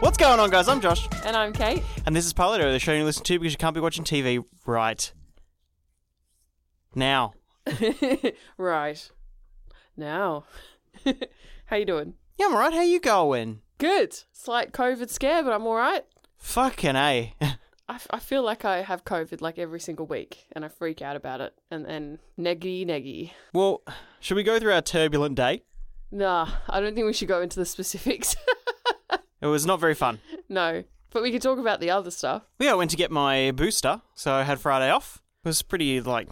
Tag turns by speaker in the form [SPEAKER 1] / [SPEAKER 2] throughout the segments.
[SPEAKER 1] What's going on, guys? I'm Josh,
[SPEAKER 2] And I'm Kate.
[SPEAKER 1] and this is Paladino, the show you listen to because you can't be watching TV right now.
[SPEAKER 2] right. Now. How you doing?
[SPEAKER 1] Yeah, I'm alright. How you going?
[SPEAKER 2] Good. Slight COVID scare, but I'm all right.
[SPEAKER 1] Fucking a.
[SPEAKER 2] I, f- I feel like I have COVID like every single week and I freak out about it and then neggy neggy.
[SPEAKER 1] well, should we go through our turbulent day?
[SPEAKER 2] Nah, I don't think we should go into the specifics.
[SPEAKER 1] It was not very fun.
[SPEAKER 2] no, but we can talk about the other stuff.
[SPEAKER 1] Yeah, I went to get my booster, so I had Friday off. It was pretty like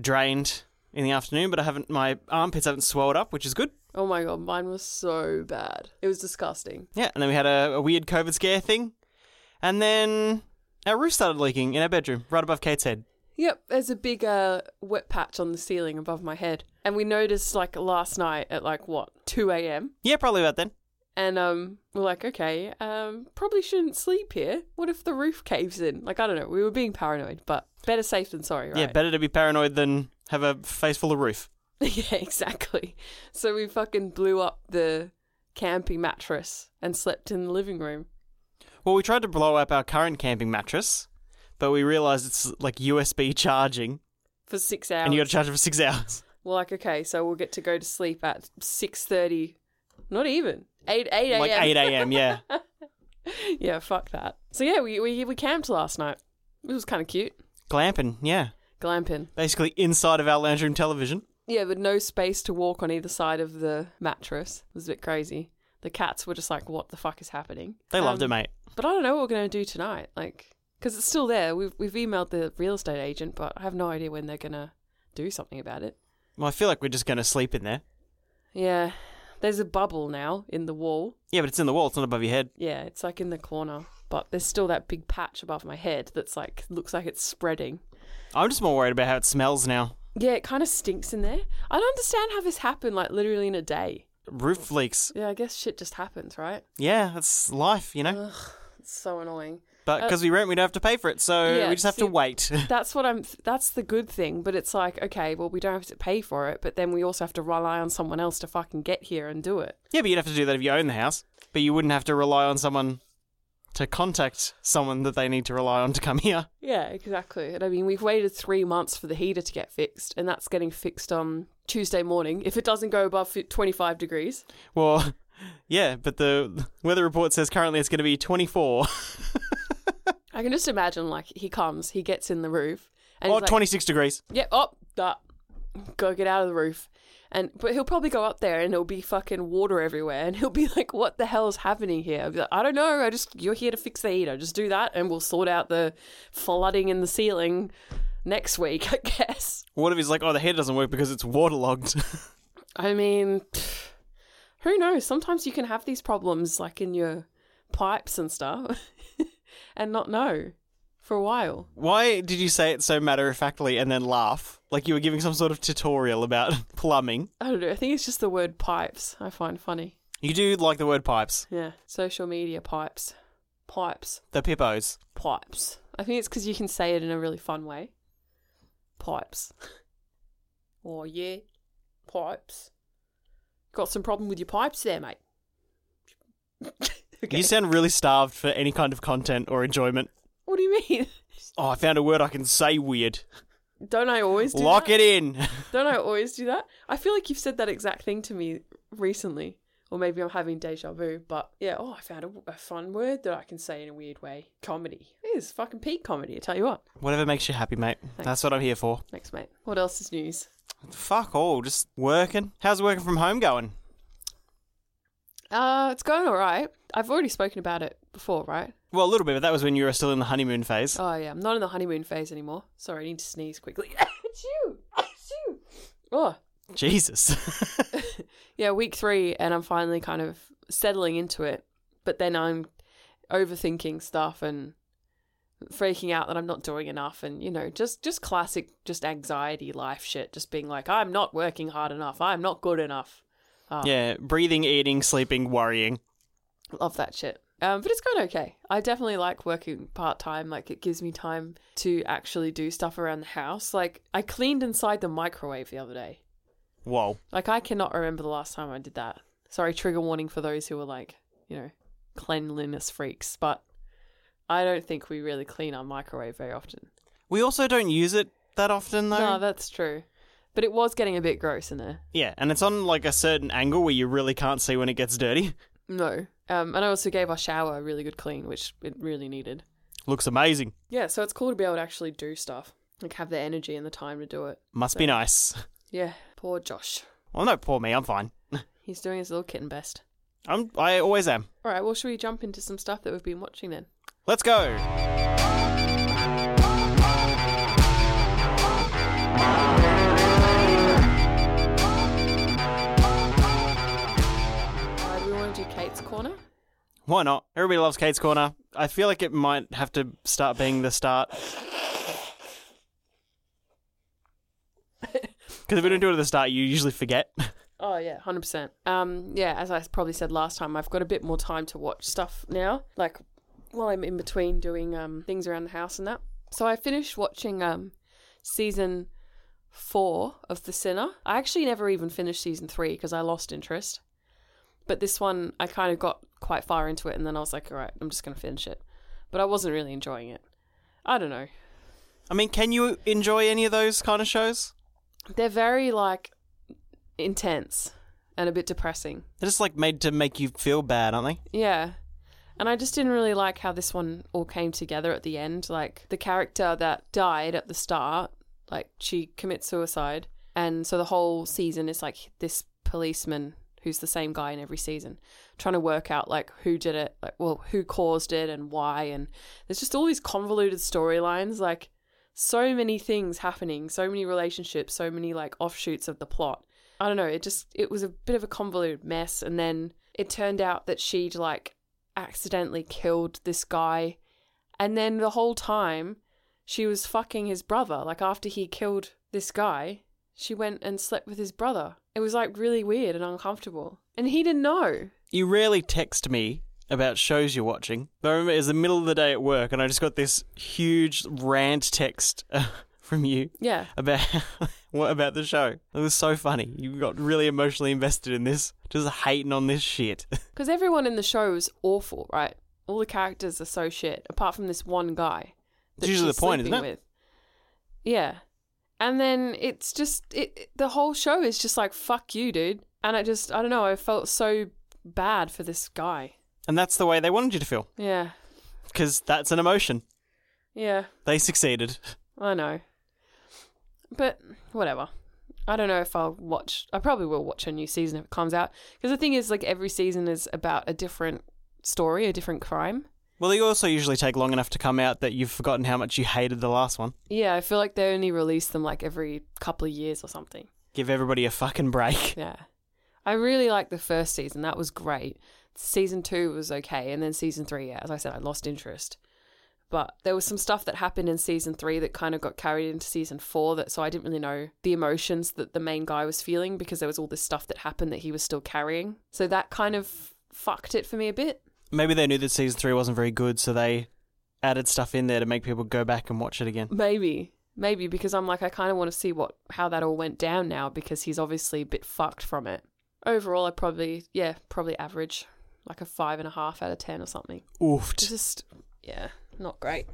[SPEAKER 1] drained in the afternoon, but I haven't. My armpits haven't swelled up, which is good.
[SPEAKER 2] Oh my god, mine was so bad. It was disgusting.
[SPEAKER 1] Yeah, and then we had a, a weird COVID scare thing, and then our roof started leaking in our bedroom, right above Kate's head.
[SPEAKER 2] Yep, there's a big uh, wet patch on the ceiling above my head. And we noticed like last night at like what, 2 a.m.?
[SPEAKER 1] Yeah, probably about then.
[SPEAKER 2] And um, we're like, okay, um, probably shouldn't sleep here. What if the roof caves in? Like, I don't know. We were being paranoid, but better safe than sorry, right?
[SPEAKER 1] Yeah, better to be paranoid than have a face full of roof.
[SPEAKER 2] yeah, exactly. So we fucking blew up the camping mattress and slept in the living room.
[SPEAKER 1] Well, we tried to blow up our current camping mattress, but we realized it's like USB charging,
[SPEAKER 2] For six hours.
[SPEAKER 1] and you got to charge it for six hours.
[SPEAKER 2] We're like, okay, so we'll get to go to sleep at six thirty, not even eight eight a.m.
[SPEAKER 1] like eight a.m. Yeah,
[SPEAKER 2] Yeah, fuck that. So yeah, we we we camped last night. It was kind of cute,
[SPEAKER 1] glamping. Yeah,
[SPEAKER 2] glamping.
[SPEAKER 1] basically inside of our lounge room television.
[SPEAKER 2] Yeah, with no space to walk on either side of the mattress. It was a bit crazy. The cats were just like, what the fuck is happening?
[SPEAKER 1] They loved it,
[SPEAKER 2] Um,
[SPEAKER 1] mate.
[SPEAKER 2] But I don't know what we're going to do tonight. Like, because it's still there. We've, we've emailed the real estate agent, but I have no idea when they're going to do something about it.
[SPEAKER 1] Well, I feel like we're just going to sleep in there.
[SPEAKER 2] Yeah. There's a bubble now in the wall.
[SPEAKER 1] Yeah, but it's in the wall. It's not above your head.
[SPEAKER 2] Yeah, it's like in the corner. But there's still that big patch above my head that's like, looks like it's spreading.
[SPEAKER 1] I'm just more worried about how it smells now.
[SPEAKER 2] Yeah, it kind of stinks in there. I don't understand how this happened, like, literally in a day.
[SPEAKER 1] Roof leaks.
[SPEAKER 2] Yeah, I guess shit just happens, right?
[SPEAKER 1] Yeah, that's life, you know.
[SPEAKER 2] It's so annoying.
[SPEAKER 1] But because we rent, we don't have to pay for it, so
[SPEAKER 2] Uh, yeah,
[SPEAKER 1] we just have
[SPEAKER 2] see-
[SPEAKER 1] to wait.
[SPEAKER 2] That's what I'm. That's the good thing, but it's like, okay, well, we don't have to pay for it, but then we also have to rely on someone else to fucking get here and do it.
[SPEAKER 1] yeah, but you'd have to do that if you own the house. But you wouldn't have to rely on someone to contact someone that they need to rely on to come here.
[SPEAKER 2] Yeah, exactly. And I mean, we've waited three months for the heater to get fixed, and that's getting fixed on Tuesday morning. If it doesn't go above fi- 25 degrees,
[SPEAKER 1] Well, yeah, but the weather report says currently it's going to be 24
[SPEAKER 2] I can just imagine like he comes, he gets in the roof, and
[SPEAKER 1] or
[SPEAKER 2] he's like,
[SPEAKER 1] 26 degrees.
[SPEAKER 2] Yeah, up that. Go get out of the roof. And but he'll probably go up there and there'll be fucking water everywhere and he'll be like, What the hell is happening here? I'll be like, I don't know, I just you're here to fix the heater. Just do that and we'll sort out the flooding in the ceiling next week, I guess.
[SPEAKER 1] What if he's like, oh, the head doesn't work because it's waterlogged?
[SPEAKER 2] I mean pff, who knows? Sometimes you can have these problems like in your pipes and stuff and not know for a while.
[SPEAKER 1] Why did you say it so matter of factly and then laugh? Like you were giving some sort of tutorial about plumbing.
[SPEAKER 2] I don't know. I think it's just the word pipes I find funny.
[SPEAKER 1] You do like the word pipes,
[SPEAKER 2] Yeah. Social media pipes. Pipes.
[SPEAKER 1] the pippos.
[SPEAKER 2] Pipes. I think it's because you can say it in a really fun way. Pipes. oh, yeah. Pipes. Got some problem with your pipes there, mate. okay.
[SPEAKER 1] You sound really starved for any kind of content or enjoyment.
[SPEAKER 2] what do you mean?
[SPEAKER 1] Oh, I found a word I can say weird.
[SPEAKER 2] Don't I always do
[SPEAKER 1] Lock it
[SPEAKER 2] that?
[SPEAKER 1] in.
[SPEAKER 2] Don't I always do that? I feel like you've said that exact thing to me recently. Or maybe I'm having deja vu, but yeah, oh, I found a, a fun word that I can say in a weird way. Comedy. It is fucking peak comedy, I tell you what.
[SPEAKER 1] Whatever makes you happy, mate. That's what I'm here for.
[SPEAKER 2] Thanks, mate. What else is news?
[SPEAKER 1] Fuck all, just working. How's working from home going?
[SPEAKER 2] Uh, it's going all right. I've already spoken about it before, right?
[SPEAKER 1] Well, a little bit, but that was when you were still in the honeymoon phase.
[SPEAKER 2] Oh yeah, I'm not in the honeymoon phase anymore. Sorry, I need to sneeze quickly. Achoo! Achoo! Oh
[SPEAKER 1] Jesus.
[SPEAKER 2] yeah, week three, and I'm finally kind of settling into it. But then I'm overthinking stuff and freaking out that I'm not doing enough, and you know, just just classic, just anxiety life shit. Just being like, I'm not working hard enough. I'm not good enough. Oh.
[SPEAKER 1] yeah, breathing, eating, sleeping, worrying.
[SPEAKER 2] love that shit. Um, but it's going okay. I definitely like working part time. Like, it gives me time to actually do stuff around the house. Like, I cleaned inside the microwave the other day.
[SPEAKER 1] Whoa.
[SPEAKER 2] Like, I cannot remember the last time I did that. Sorry, trigger warning for those who were like, you know, cleanliness freaks, but I don't think we really clean our microwave very often.
[SPEAKER 1] We also don't use it that often though.
[SPEAKER 2] No, that's true. But it was getting a bit gross in there.
[SPEAKER 1] yeah, and it's on like a certain angle where you really can't see when it gets dirty.
[SPEAKER 2] No. Um, and I also gave our shower a really good clean, which it really needed.
[SPEAKER 1] Looks amazing.
[SPEAKER 2] Yeah, so it's cool to be able to actually do stuff, like have the energy and the time to do it.
[SPEAKER 1] Must be nice.
[SPEAKER 2] Yeah, poor Josh.
[SPEAKER 1] Well, no, poor me. I'm fine.
[SPEAKER 2] He's doing his little kitten best.
[SPEAKER 1] I'm. I always am.
[SPEAKER 2] All right, well, should we jump into some stuff that we've been watching then?
[SPEAKER 1] Let's go.
[SPEAKER 2] Uh, do we want to do Kate's Corner?
[SPEAKER 1] Why not? Everybody loves Kate's Corner. I feel like it might have to start being the start. Because if we don't do it at the start, you usually forget.
[SPEAKER 2] Oh, yeah, 100%. Um, yeah, as I probably said last time, I've got a bit more time to watch stuff now, like while I'm in between doing um, things around the house and that. So I finished watching um, season four of The Sinner. I actually never even finished season three because I lost interest. But this one, I kind of got quite far into it and then I was like, all right, I'm just going to finish it. But I wasn't really enjoying it. I don't know.
[SPEAKER 1] I mean, can you enjoy any of those kind of shows?
[SPEAKER 2] They're very, like, intense and a bit depressing.
[SPEAKER 1] They're just like made to make you feel bad, aren't they?
[SPEAKER 2] Yeah. And I just didn't really like how this one all came together at the end. Like the character that died at the start, like she commits suicide. And so the whole season is like this policeman who's the same guy in every season trying to work out like who did it, like well, who caused it and why and there's just all these convoluted storylines like so many things happening, so many relationships, so many like offshoots of the plot. I don't know, it just it was a bit of a convoluted mess and then it turned out that she'd like accidentally killed this guy and then the whole time she was fucking his brother. Like after he killed this guy, she went and slept with his brother. It was like really weird and uncomfortable. And he didn't know.
[SPEAKER 1] You rarely text me about shows you're watching. I remember it was the middle of the day at work, and I just got this huge rant text uh, from you
[SPEAKER 2] Yeah.
[SPEAKER 1] about what about the show. It was so funny. You got really emotionally invested in this, just hating on this shit.
[SPEAKER 2] Because everyone in the show is awful, right? All the characters are so shit, apart from this one guy.
[SPEAKER 1] It's usually the point, isn't
[SPEAKER 2] sleeping
[SPEAKER 1] it?
[SPEAKER 2] With. Yeah. And then it's just it, it- the whole show is just like fuck you, dude. And I just I don't know, I felt so bad for this guy.
[SPEAKER 1] And that's the way they wanted you to feel,
[SPEAKER 2] Yeah.
[SPEAKER 1] because that's an emotion.
[SPEAKER 2] Yeah.
[SPEAKER 1] They succeeded.
[SPEAKER 2] I know. But whatever. I don't know if I'll watch. I probably will watch a new season if it comes out. Because the thing is, like, every season is about a different story, a different crime.
[SPEAKER 1] Well, they also usually take long enough to come out that you've forgotten how much you hated the last one.
[SPEAKER 2] Yeah, I feel like they only release them like every couple of years or something.
[SPEAKER 1] Give everybody a fucking break.
[SPEAKER 2] Yeah. I really liked the first season. That was great. Season two was okay. And then season three, yeah, as I said, I lost interest. But there was some stuff that happened in season three that kind of got carried into season four that so I didn't really know the emotions that the main guy was feeling because there was all this stuff that happened that he was still carrying. So that kind of fucked it for me a bit.
[SPEAKER 1] Maybe they knew that season three wasn't very good, so they added stuff in there to make people go back and watch it again.
[SPEAKER 2] Maybe. Maybe because I'm like I kind of want to see what how that all went down now because he's obviously a bit fucked from it. Overall, I probably yeah probably average like a five and a half out of ten or something. It's
[SPEAKER 1] Oofed.
[SPEAKER 2] Just yeah, not great.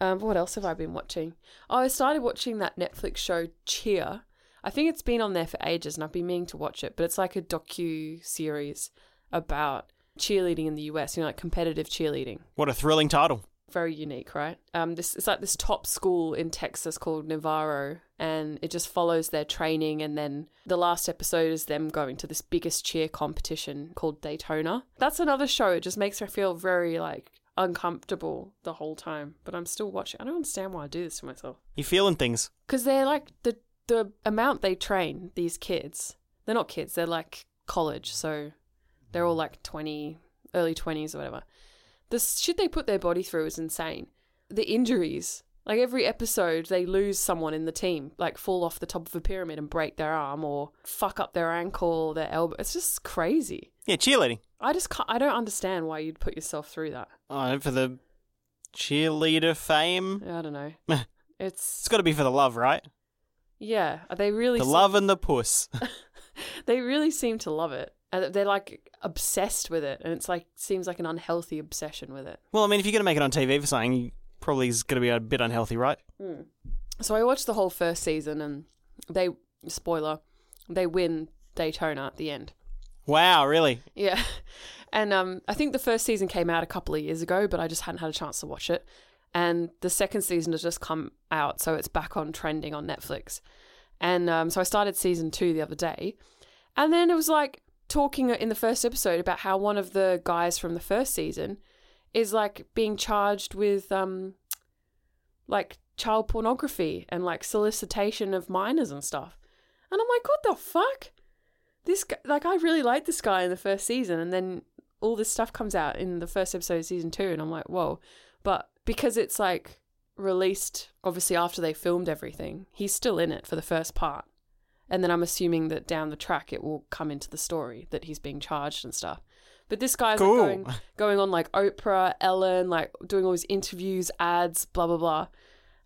[SPEAKER 2] Um, what else have I been watching? Oh, I started watching that Netflix show Cheer. I think it's been on there for ages, and I've been meaning to watch it. But it's like a docu series about cheerleading in the US. You know, like competitive cheerleading
[SPEAKER 1] What a thrilling title.
[SPEAKER 2] very unique, right? Um, this it's like this top school in Texas called Navarro, and it just follows their training. And then the last episode is them going to this biggest cheer competition called Daytona. That's another show. It just makes me feel very like uncomfortable the whole time, but I'm still watching. I don't understand why I do this to myself
[SPEAKER 1] You feeling things?
[SPEAKER 2] because they're like the the amount they train these kids. They're not kids. They're like college, so they're all like twenty, early twenties or whatever. The shit they put their body through is insane. The injuries, like every episode, they lose someone in the team, like fall off the top of a pyramid and break their arm or fuck up their ankle, their elbow. It's just crazy.
[SPEAKER 1] Yeah, cheerleading.
[SPEAKER 2] I just can't, I don't understand why you'd put yourself through that.
[SPEAKER 1] Oh, for the cheerleader fame.
[SPEAKER 2] I don't know.
[SPEAKER 1] It's
[SPEAKER 2] It's
[SPEAKER 1] got to be for the love, right?
[SPEAKER 2] yeah. They really
[SPEAKER 1] The
[SPEAKER 2] seem-
[SPEAKER 1] love and the puss.
[SPEAKER 2] they really seem to love it. And they're like obsessed with it, and it's like seems like an unhealthy obsession with it.
[SPEAKER 1] Well, I mean, if you're going to make it on TV for something, you probably is going to be a bit unhealthy, right?
[SPEAKER 2] So I watched the whole first season, and they spoiler, they win Daytona at the end.
[SPEAKER 1] Wow, really?
[SPEAKER 2] Yeah. And um, I think the first season came out a couple of years ago, but I just hadn't had a chance to watch it. And the second season has just come out, so it's back on trending on Netflix. And um, so I started season two the other day. And then it was like talking in the first episode about how one of the guys from the first season is like being charged with um, like child pornography and like solicitation of minors and stuff. And I'm like, what the fuck? This guy, like, I really liked this guy in the first season, and then all this stuff comes out in the first episode of season two, and I'm like, whoa. But because it's like released, obviously, after they filmed everything, he's still in it for the first part. And then I'm assuming that down the track it will come into the story that he's being charged and stuff. But this guy's
[SPEAKER 1] Cool.
[SPEAKER 2] like going, going on like Oprah, Ellen, like doing all these interviews, ads, blah, blah, blah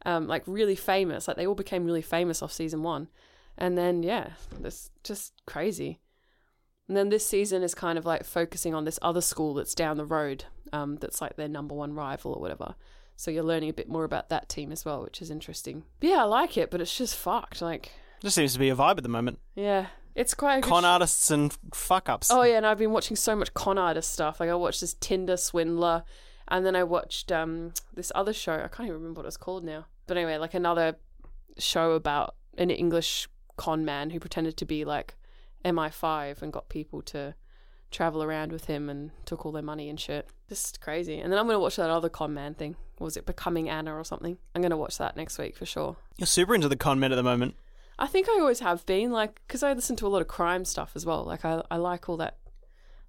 [SPEAKER 2] um, like really famous. Like they all became really famous off season one, and then yeah, that's just crazy. And then this season is kind of like focusing on this other school that's down the road, um, that's like their number one rival or whatever. So you're learning a bit more about that team as well, which is interesting. But yeah, I like it, but it's just fucked. Like
[SPEAKER 1] Just seems to be a vibe at the moment.
[SPEAKER 2] yeah, it's quite a good
[SPEAKER 1] Con artists and fuck ups.
[SPEAKER 2] Oh yeah, and I've been watching so much con artist stuff. Like I watched this Tinder swindler, and then I watched um this other show. I can't even remember what it's called now. But anyway, like another show about an English con man who pretended to be like MI5 and got people to travel around with him and took all their money and shit. Just crazy. And then I'm gonna watch that other con man thing. What was it Becoming Anna or something? I'm gonna watch that next week for sure.
[SPEAKER 1] You're super into the con men at the moment.
[SPEAKER 2] I think I always have been like because I listen to a lot of crime stuff as well. Like I, I like all that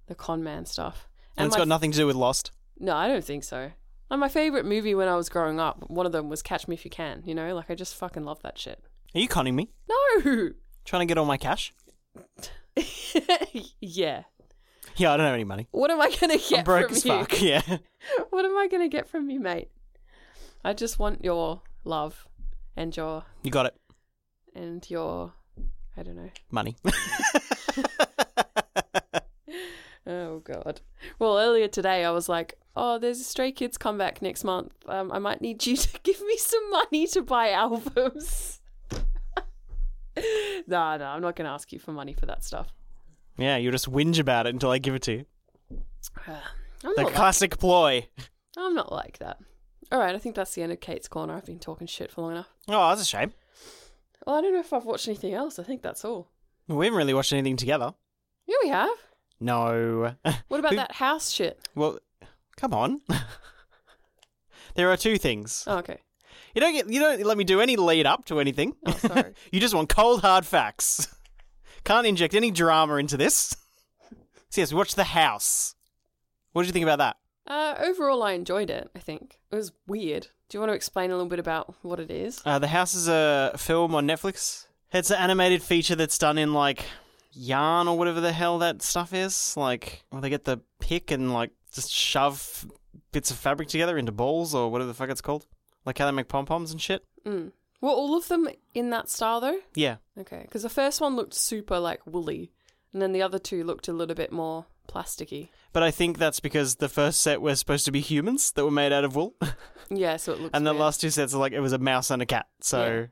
[SPEAKER 2] the con man stuff.
[SPEAKER 1] And, it's
[SPEAKER 2] my
[SPEAKER 1] got nothing to do with Lost.
[SPEAKER 2] no, I don't think so. And my favorite movie when I was growing up, one of them was Catch Me If You Can. You know, like I just fucking love that shit.
[SPEAKER 1] Are you conning me?
[SPEAKER 2] No.
[SPEAKER 1] Trying to get all my cash?
[SPEAKER 2] yeah.
[SPEAKER 1] Yeah, I don't have any money.
[SPEAKER 2] What am I gonna get
[SPEAKER 1] I'm broke
[SPEAKER 2] from
[SPEAKER 1] as
[SPEAKER 2] you?
[SPEAKER 1] fuck. Yeah.
[SPEAKER 2] What am I gonna get from you, mate? I just want your love and your
[SPEAKER 1] You got it.
[SPEAKER 2] and your I don't know.
[SPEAKER 1] Money.
[SPEAKER 2] Oh god. Well, earlier today I was like, "Oh, there's a Stray Kids comeback next month. Um, I might need you to give me some money to buy albums." nah, nah, I'm not gonna ask you for money for that stuff.
[SPEAKER 1] yeah, you just whinge about it until I give it to you.
[SPEAKER 2] Uh, I'm
[SPEAKER 1] The
[SPEAKER 2] not. Like,
[SPEAKER 1] classic ploy.
[SPEAKER 2] I'm not like that. All right, I think that's the end of Kate's corner. I've been talking shit for long enough.
[SPEAKER 1] Oh, that's a shame.
[SPEAKER 2] Well, I don't know if I've watched anything else. I think that's all.
[SPEAKER 1] We haven't really watched anything together.
[SPEAKER 2] Yeah, we have.
[SPEAKER 1] No.
[SPEAKER 2] What about
[SPEAKER 1] Who-
[SPEAKER 2] that house shit?
[SPEAKER 1] well, come on. there are two things.
[SPEAKER 2] Oh, okay.
[SPEAKER 1] You don't get, you don't let me do any lead up to anything.
[SPEAKER 2] Oh, sorry.
[SPEAKER 1] You just want cold hard facts. Can't inject any drama into this. So yes, we watched The House. What did you think about that?
[SPEAKER 2] uh, overall, I enjoyed it. I think it was weird. Do you want to explain a little bit about what it is?
[SPEAKER 1] Uh, the House is a film on Netflix. It's an animated feature that's done in like yarn or whatever the hell that stuff is. Like where they get the pick and like just shove bits of fabric together into balls or whatever the fuck it's called. Like how they make pom poms and shit.
[SPEAKER 2] Mm. Were all of them in that style though?
[SPEAKER 1] Yeah.
[SPEAKER 2] Okay, because the first one looked super like woolly, and then the other two looked a little bit more plasticky.
[SPEAKER 1] But I think that's because the first set were supposed to be humans that were made out of wool.
[SPEAKER 2] Yeah, so it looks.
[SPEAKER 1] and the
[SPEAKER 2] weird.
[SPEAKER 1] last two sets are like it was a mouse and a cat, so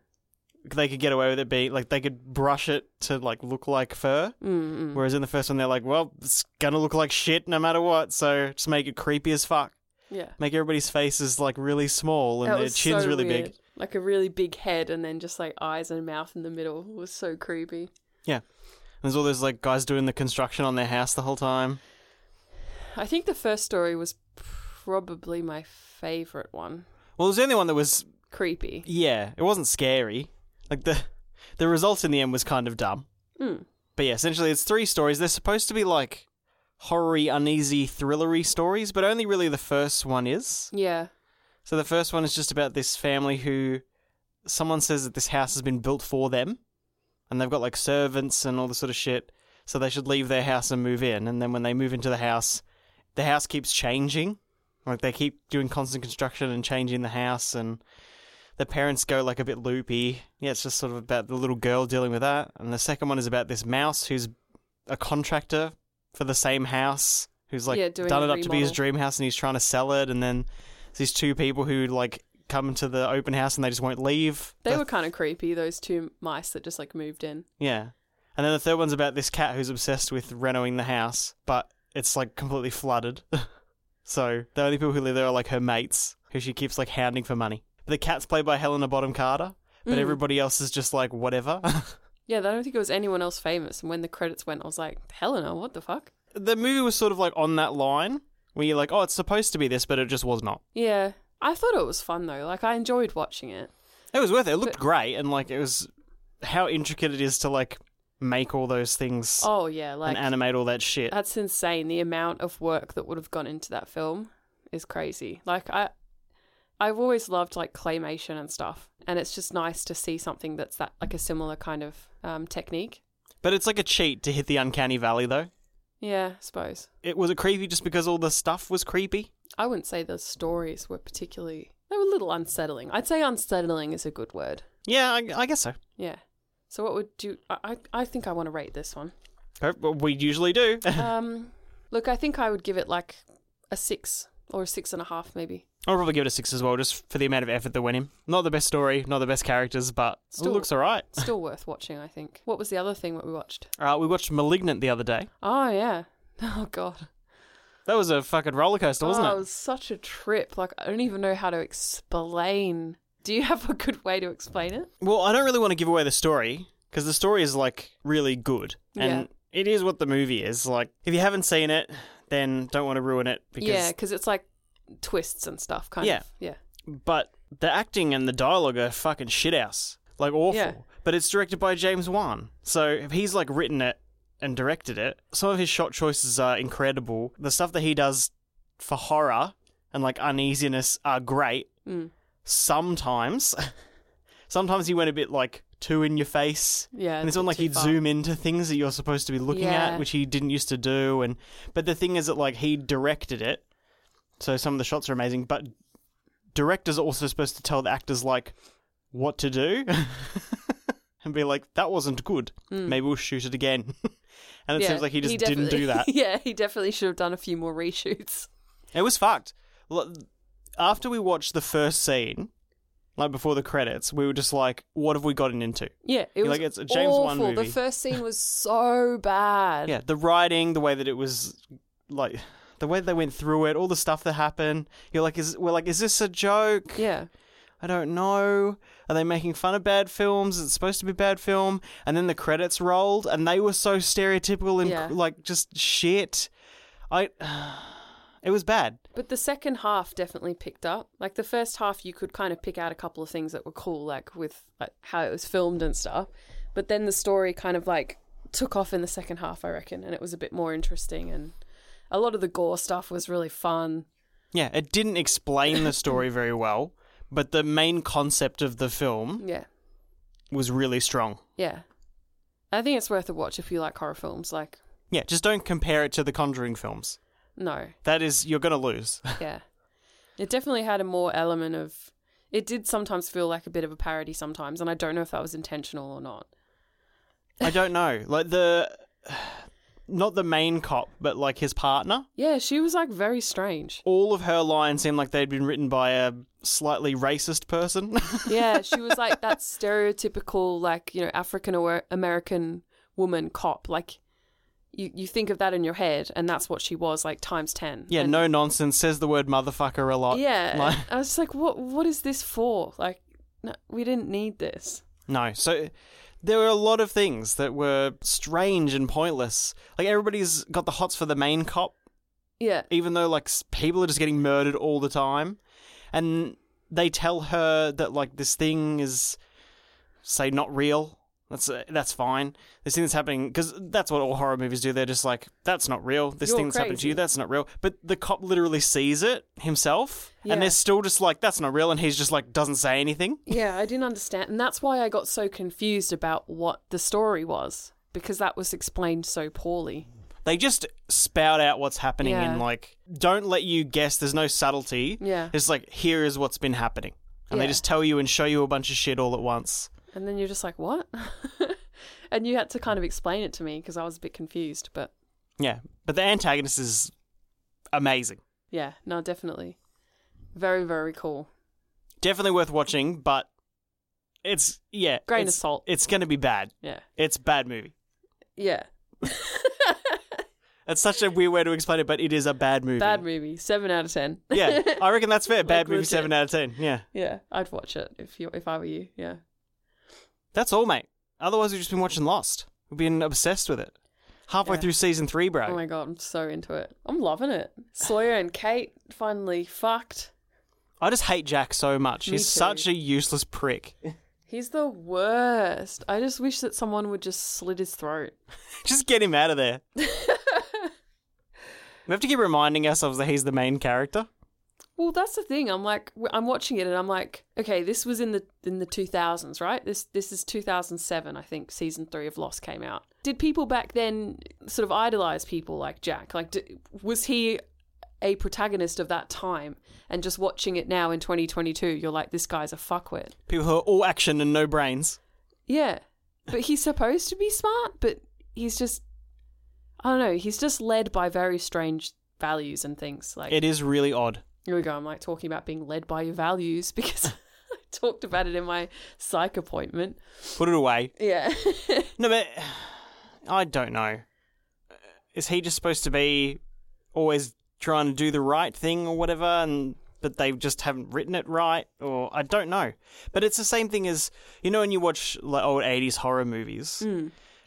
[SPEAKER 1] they could get away with it being like they could brush it to like look like fur.
[SPEAKER 2] Mm, mm.
[SPEAKER 1] Whereas in the first one, they're like, well, it's gonna look like shit no matter what, so just make it creepy as fuck.
[SPEAKER 2] Yeah,
[SPEAKER 1] Make everybody's faces like really small and
[SPEAKER 2] that
[SPEAKER 1] their
[SPEAKER 2] was
[SPEAKER 1] chin's
[SPEAKER 2] so
[SPEAKER 1] really big.
[SPEAKER 2] weird. like a really big head, and then just like eyes and mouth in the middle It was so creepy.
[SPEAKER 1] And there's all those like guys doing the construction on their house the whole time.
[SPEAKER 2] I think the first story was probably my favorite one.
[SPEAKER 1] Well, it was the only one that was
[SPEAKER 2] Creepy.
[SPEAKER 1] yeah, it wasn't scary. Like the the result in the end was kind of dumb.
[SPEAKER 2] Mm.
[SPEAKER 1] But yeah, essentially it's three stories. They're supposed to be like horror uneasy, thrillery stories, but only really the first one is.
[SPEAKER 2] Yeah.
[SPEAKER 1] So the first one is just about this family who someone says that this house has been built for them and they've got like servants and all this sort of shit. So they should leave their house and move in. And then when they move into the house, the house keeps changing. Like they keep doing constant construction and changing the house and the parents go like a bit loopy. Yeah, it's just sort of about the little girl dealing with that. And the second one is about this mouse who's a contractor for the same house who's like
[SPEAKER 2] Yeah, doing
[SPEAKER 1] done
[SPEAKER 2] a
[SPEAKER 1] it up to be his
[SPEAKER 2] remodel.
[SPEAKER 1] dream house and he's trying to sell it and then these two people who like come to the open house and they just won't leave.
[SPEAKER 2] They
[SPEAKER 1] The-
[SPEAKER 2] were kind of creepy, those two mice that just like moved in.
[SPEAKER 1] Yeah. And then the third one's about this cat who's obsessed with renovating the house, but it's like completely flooded. so the only people who live there are like her mates, who she keeps like hounding for money. The cat's played by Helena Bottom Carter, but
[SPEAKER 2] Mm.
[SPEAKER 1] everybody else is just like whatever.
[SPEAKER 2] Yeah, I don't think it was anyone else famous. And when the credits went, I was like, Helena, what the fuck?
[SPEAKER 1] the movie was sort of like on that line where you're like, oh, it's supposed to be this, but it just was not.
[SPEAKER 2] Yeah. I thought it was fun though. Like I enjoyed watching it.
[SPEAKER 1] It was worth it. It looked great, and like it was how intricate it is to like make all those things
[SPEAKER 2] Oh yeah, like uh,
[SPEAKER 1] and animate all that shit.
[SPEAKER 2] that's insane. The amount of work that would have gone into that film is crazy. Like I I've always loved like claymation and stuff, and it's just nice to see something that's that like a similar kind of um, technique.
[SPEAKER 1] But it's like a cheat to hit the uncanny valley, though.
[SPEAKER 2] Yeah, I suppose.
[SPEAKER 1] It was it creepy just because all the stuff was creepy.
[SPEAKER 2] I wouldn't say the stories were particularly. They were a little unsettling. I'd say unsettling is a good word.
[SPEAKER 1] Yeah, I, I guess so.
[SPEAKER 2] Yeah. So what would you? I I- I think I want to rate this one.
[SPEAKER 1] Uh, well, We usually do.
[SPEAKER 2] Um, look, I think I would give it like a six or a six and a half, maybe.
[SPEAKER 1] I'll probably give it a six as well, just for the amount of effort that went in. Not the best story, not the best characters, but
[SPEAKER 2] Still-
[SPEAKER 1] it looks alright.
[SPEAKER 2] Still worth watching, I think. What was the other thing that we watched?
[SPEAKER 1] Uh, we watched *Malignant* the other day.
[SPEAKER 2] Oh yeah. Oh god.
[SPEAKER 1] That was a fucking roller coaster, wasn't
[SPEAKER 2] oh,
[SPEAKER 1] it?
[SPEAKER 2] was such a trip. Like I don't even know how to explain. Do you have a good way to explain it?
[SPEAKER 1] Well, I don't really want to give away the story because the story is like really good, and it is what the movie is. Like, if you haven't seen it, then don't want to ruin it because.
[SPEAKER 2] Yeah, because it's like twists and stuff, kind
[SPEAKER 1] Yeah.
[SPEAKER 2] of. Yeah.
[SPEAKER 1] But the acting and the dialogue are fucking shithouse, like awful.
[SPEAKER 2] Yeah.
[SPEAKER 1] But it's directed by James Wan, so if he's like written it and directed it, some of his shot choices are incredible. The stuff that he does for horror and like uneasiness are great.
[SPEAKER 2] Mm.
[SPEAKER 1] Sometimes, sometimes he went a bit like too in your face.
[SPEAKER 2] Yeah.
[SPEAKER 1] and it's not
[SPEAKER 2] a bit
[SPEAKER 1] like
[SPEAKER 2] too
[SPEAKER 1] he'd
[SPEAKER 2] far.
[SPEAKER 1] zoom into things that you're supposed to be looking
[SPEAKER 2] Yeah.
[SPEAKER 1] at, which he didn't used to do. And but the thing is that like he directed it, so some of the shots are amazing. But directors are also supposed to tell the actors like what to do, and be like, "That wasn't good. Maybe we'll shoot it again." and it
[SPEAKER 2] Hmm. Yeah,
[SPEAKER 1] seems like he just didn't
[SPEAKER 2] definitely-
[SPEAKER 1] do that.
[SPEAKER 2] yeah, he definitely should have done a few more reshoots.
[SPEAKER 1] It was fucked. L- After we watched the first scene, like before the credits, we were just like, "What have we gotten into?"
[SPEAKER 2] Yeah, it was
[SPEAKER 1] like, it's a James
[SPEAKER 2] awful.
[SPEAKER 1] Wan
[SPEAKER 2] The
[SPEAKER 1] movie.
[SPEAKER 2] first scene was so bad.
[SPEAKER 1] yeah the writing the way that it was like the way they went through it all the stuff that happened you're like is we're like is this a joke
[SPEAKER 2] Yeah.
[SPEAKER 1] i don't know are they making fun of bad films is it supposed to be a bad film and then the credits rolled and they were so stereotypical and
[SPEAKER 2] Yeah.
[SPEAKER 1] like just shit i it was bad
[SPEAKER 2] But the second half definitely picked up. Like the first half, you could kind of pick out a couple of things that were cool, like with like, how it was filmed and stuff. But then the story kind of like took off in the second half, I reckon, and it was a bit more interesting. And a lot of the gore stuff was really fun.
[SPEAKER 1] yeah it didn't explain the story very well but the main concept of the film
[SPEAKER 2] Yeah,
[SPEAKER 1] was really strong
[SPEAKER 2] yeah. I think it's worth a watch if you like horror films. Like,
[SPEAKER 1] yeah just don't compare it to the conjuring films
[SPEAKER 2] no,
[SPEAKER 1] that is you're gonna lose
[SPEAKER 2] yeah. It definitely had a more element of. It did sometimes feel like a bit of a parody sometimes, and I don't know if that was intentional or not.
[SPEAKER 1] I don't know. Like the not the main cop, but like his partner.
[SPEAKER 2] Yeah, she was like very strange.
[SPEAKER 1] All of her lines seemed like they'd been written by a slightly racist person.
[SPEAKER 2] Yeah, she was like that stereotypical, like you know, African or American woman cop. Like you, you think of that in your head, and that's what she was like times ten.
[SPEAKER 1] yeah,
[SPEAKER 2] And-
[SPEAKER 1] no nonsense. Says the word motherfucker a lot.
[SPEAKER 2] Yeah,
[SPEAKER 1] Like,
[SPEAKER 2] I was just like, what? What is this for? Like, no, we didn't need this.
[SPEAKER 1] no. So there were a lot of things that were strange and pointless. Like everybody's got the hots for the main cop,
[SPEAKER 2] Yeah,
[SPEAKER 1] even though like s- people are just getting murdered all the time, and they tell her that like this thing is say not real. That's uh, that's fine. This thing that's happening because that's what all horror movies do. They're just like that's not real. This
[SPEAKER 2] You're
[SPEAKER 1] thing that's happened to
[SPEAKER 2] crazy.
[SPEAKER 1] you that's not real. But the cop literally sees it himself,
[SPEAKER 2] Yeah.
[SPEAKER 1] and they're still just like that's not real, and he's just like doesn't say anything.
[SPEAKER 2] yeah, I didn't understand, and that's why I got so confused about what the story was because that was explained so poorly.
[SPEAKER 1] They just spout out what's happening
[SPEAKER 2] Yeah.
[SPEAKER 1] and like don't let you guess. There's no subtlety.
[SPEAKER 2] Yeah.
[SPEAKER 1] it's like here is what's been happening, and
[SPEAKER 2] Yeah.
[SPEAKER 1] they just tell you and show you a bunch of shit all at once.
[SPEAKER 2] And then you're just like, what? and you had to kind of explain it to me because I was a bit confused, but
[SPEAKER 1] Yeah, but the antagonist is amazing.
[SPEAKER 2] Yeah, no, definitely. Very, very cool.
[SPEAKER 1] Definitely worth watching, but it's yeah,
[SPEAKER 2] Grain
[SPEAKER 1] it's,
[SPEAKER 2] of salt.
[SPEAKER 1] It's going to be bad.
[SPEAKER 2] Yeah.
[SPEAKER 1] It's a bad movie.
[SPEAKER 2] Yeah.
[SPEAKER 1] That's such a weird way to explain it, but it is a bad movie.
[SPEAKER 2] Bad movie. Seven out of ten.
[SPEAKER 1] yeah, I reckon that's fair. Bad movie,
[SPEAKER 2] legit.
[SPEAKER 1] seven out of ten. Yeah,
[SPEAKER 2] yeah. I'd watch it if you if I were you. Yeah.
[SPEAKER 1] that's all, mate. Otherwise, we've just been watching Lost. We've been obsessed with it. Halfway
[SPEAKER 2] Yeah.
[SPEAKER 1] through season three, bro.
[SPEAKER 2] Oh my god, I'm so into it. I'm loving it. Sawyer and Kate finally fucked.
[SPEAKER 1] I just hate Jack so much.
[SPEAKER 2] Me
[SPEAKER 1] He's
[SPEAKER 2] too.
[SPEAKER 1] such a useless prick.
[SPEAKER 2] He's the worst. I just wish that someone would just slit his throat.
[SPEAKER 1] just get him out of there. we have to keep reminding ourselves that he's the main character.
[SPEAKER 2] Well, that's the thing. I'm like, w- I'm watching it, and I'm like, okay, this was in the in the 2000s, right? This this is 2007, I think. Season three of Lost came out. Did people back then sort of idolize people like Jack? Like, d was he a protagonist of that time? And just watching it now in 2022, you're like, this guy's a fuckwit.
[SPEAKER 1] People who are all action and no brains.
[SPEAKER 2] Yeah, but he's supposed to be smart, but he's just, I don't know. He's just led by very strange values and things. Like,
[SPEAKER 1] It is really odd.
[SPEAKER 2] here we go. I'm like talking about being led by your values because I talked about it in my psych appointment.
[SPEAKER 1] Put it away.
[SPEAKER 2] Yeah.
[SPEAKER 1] No, but I don't know. Is he just supposed to be always trying to do the right thing or whatever, and but they just haven't written it right, or I don't know. But it's the same thing as you know when you watch like old '80s horror movies,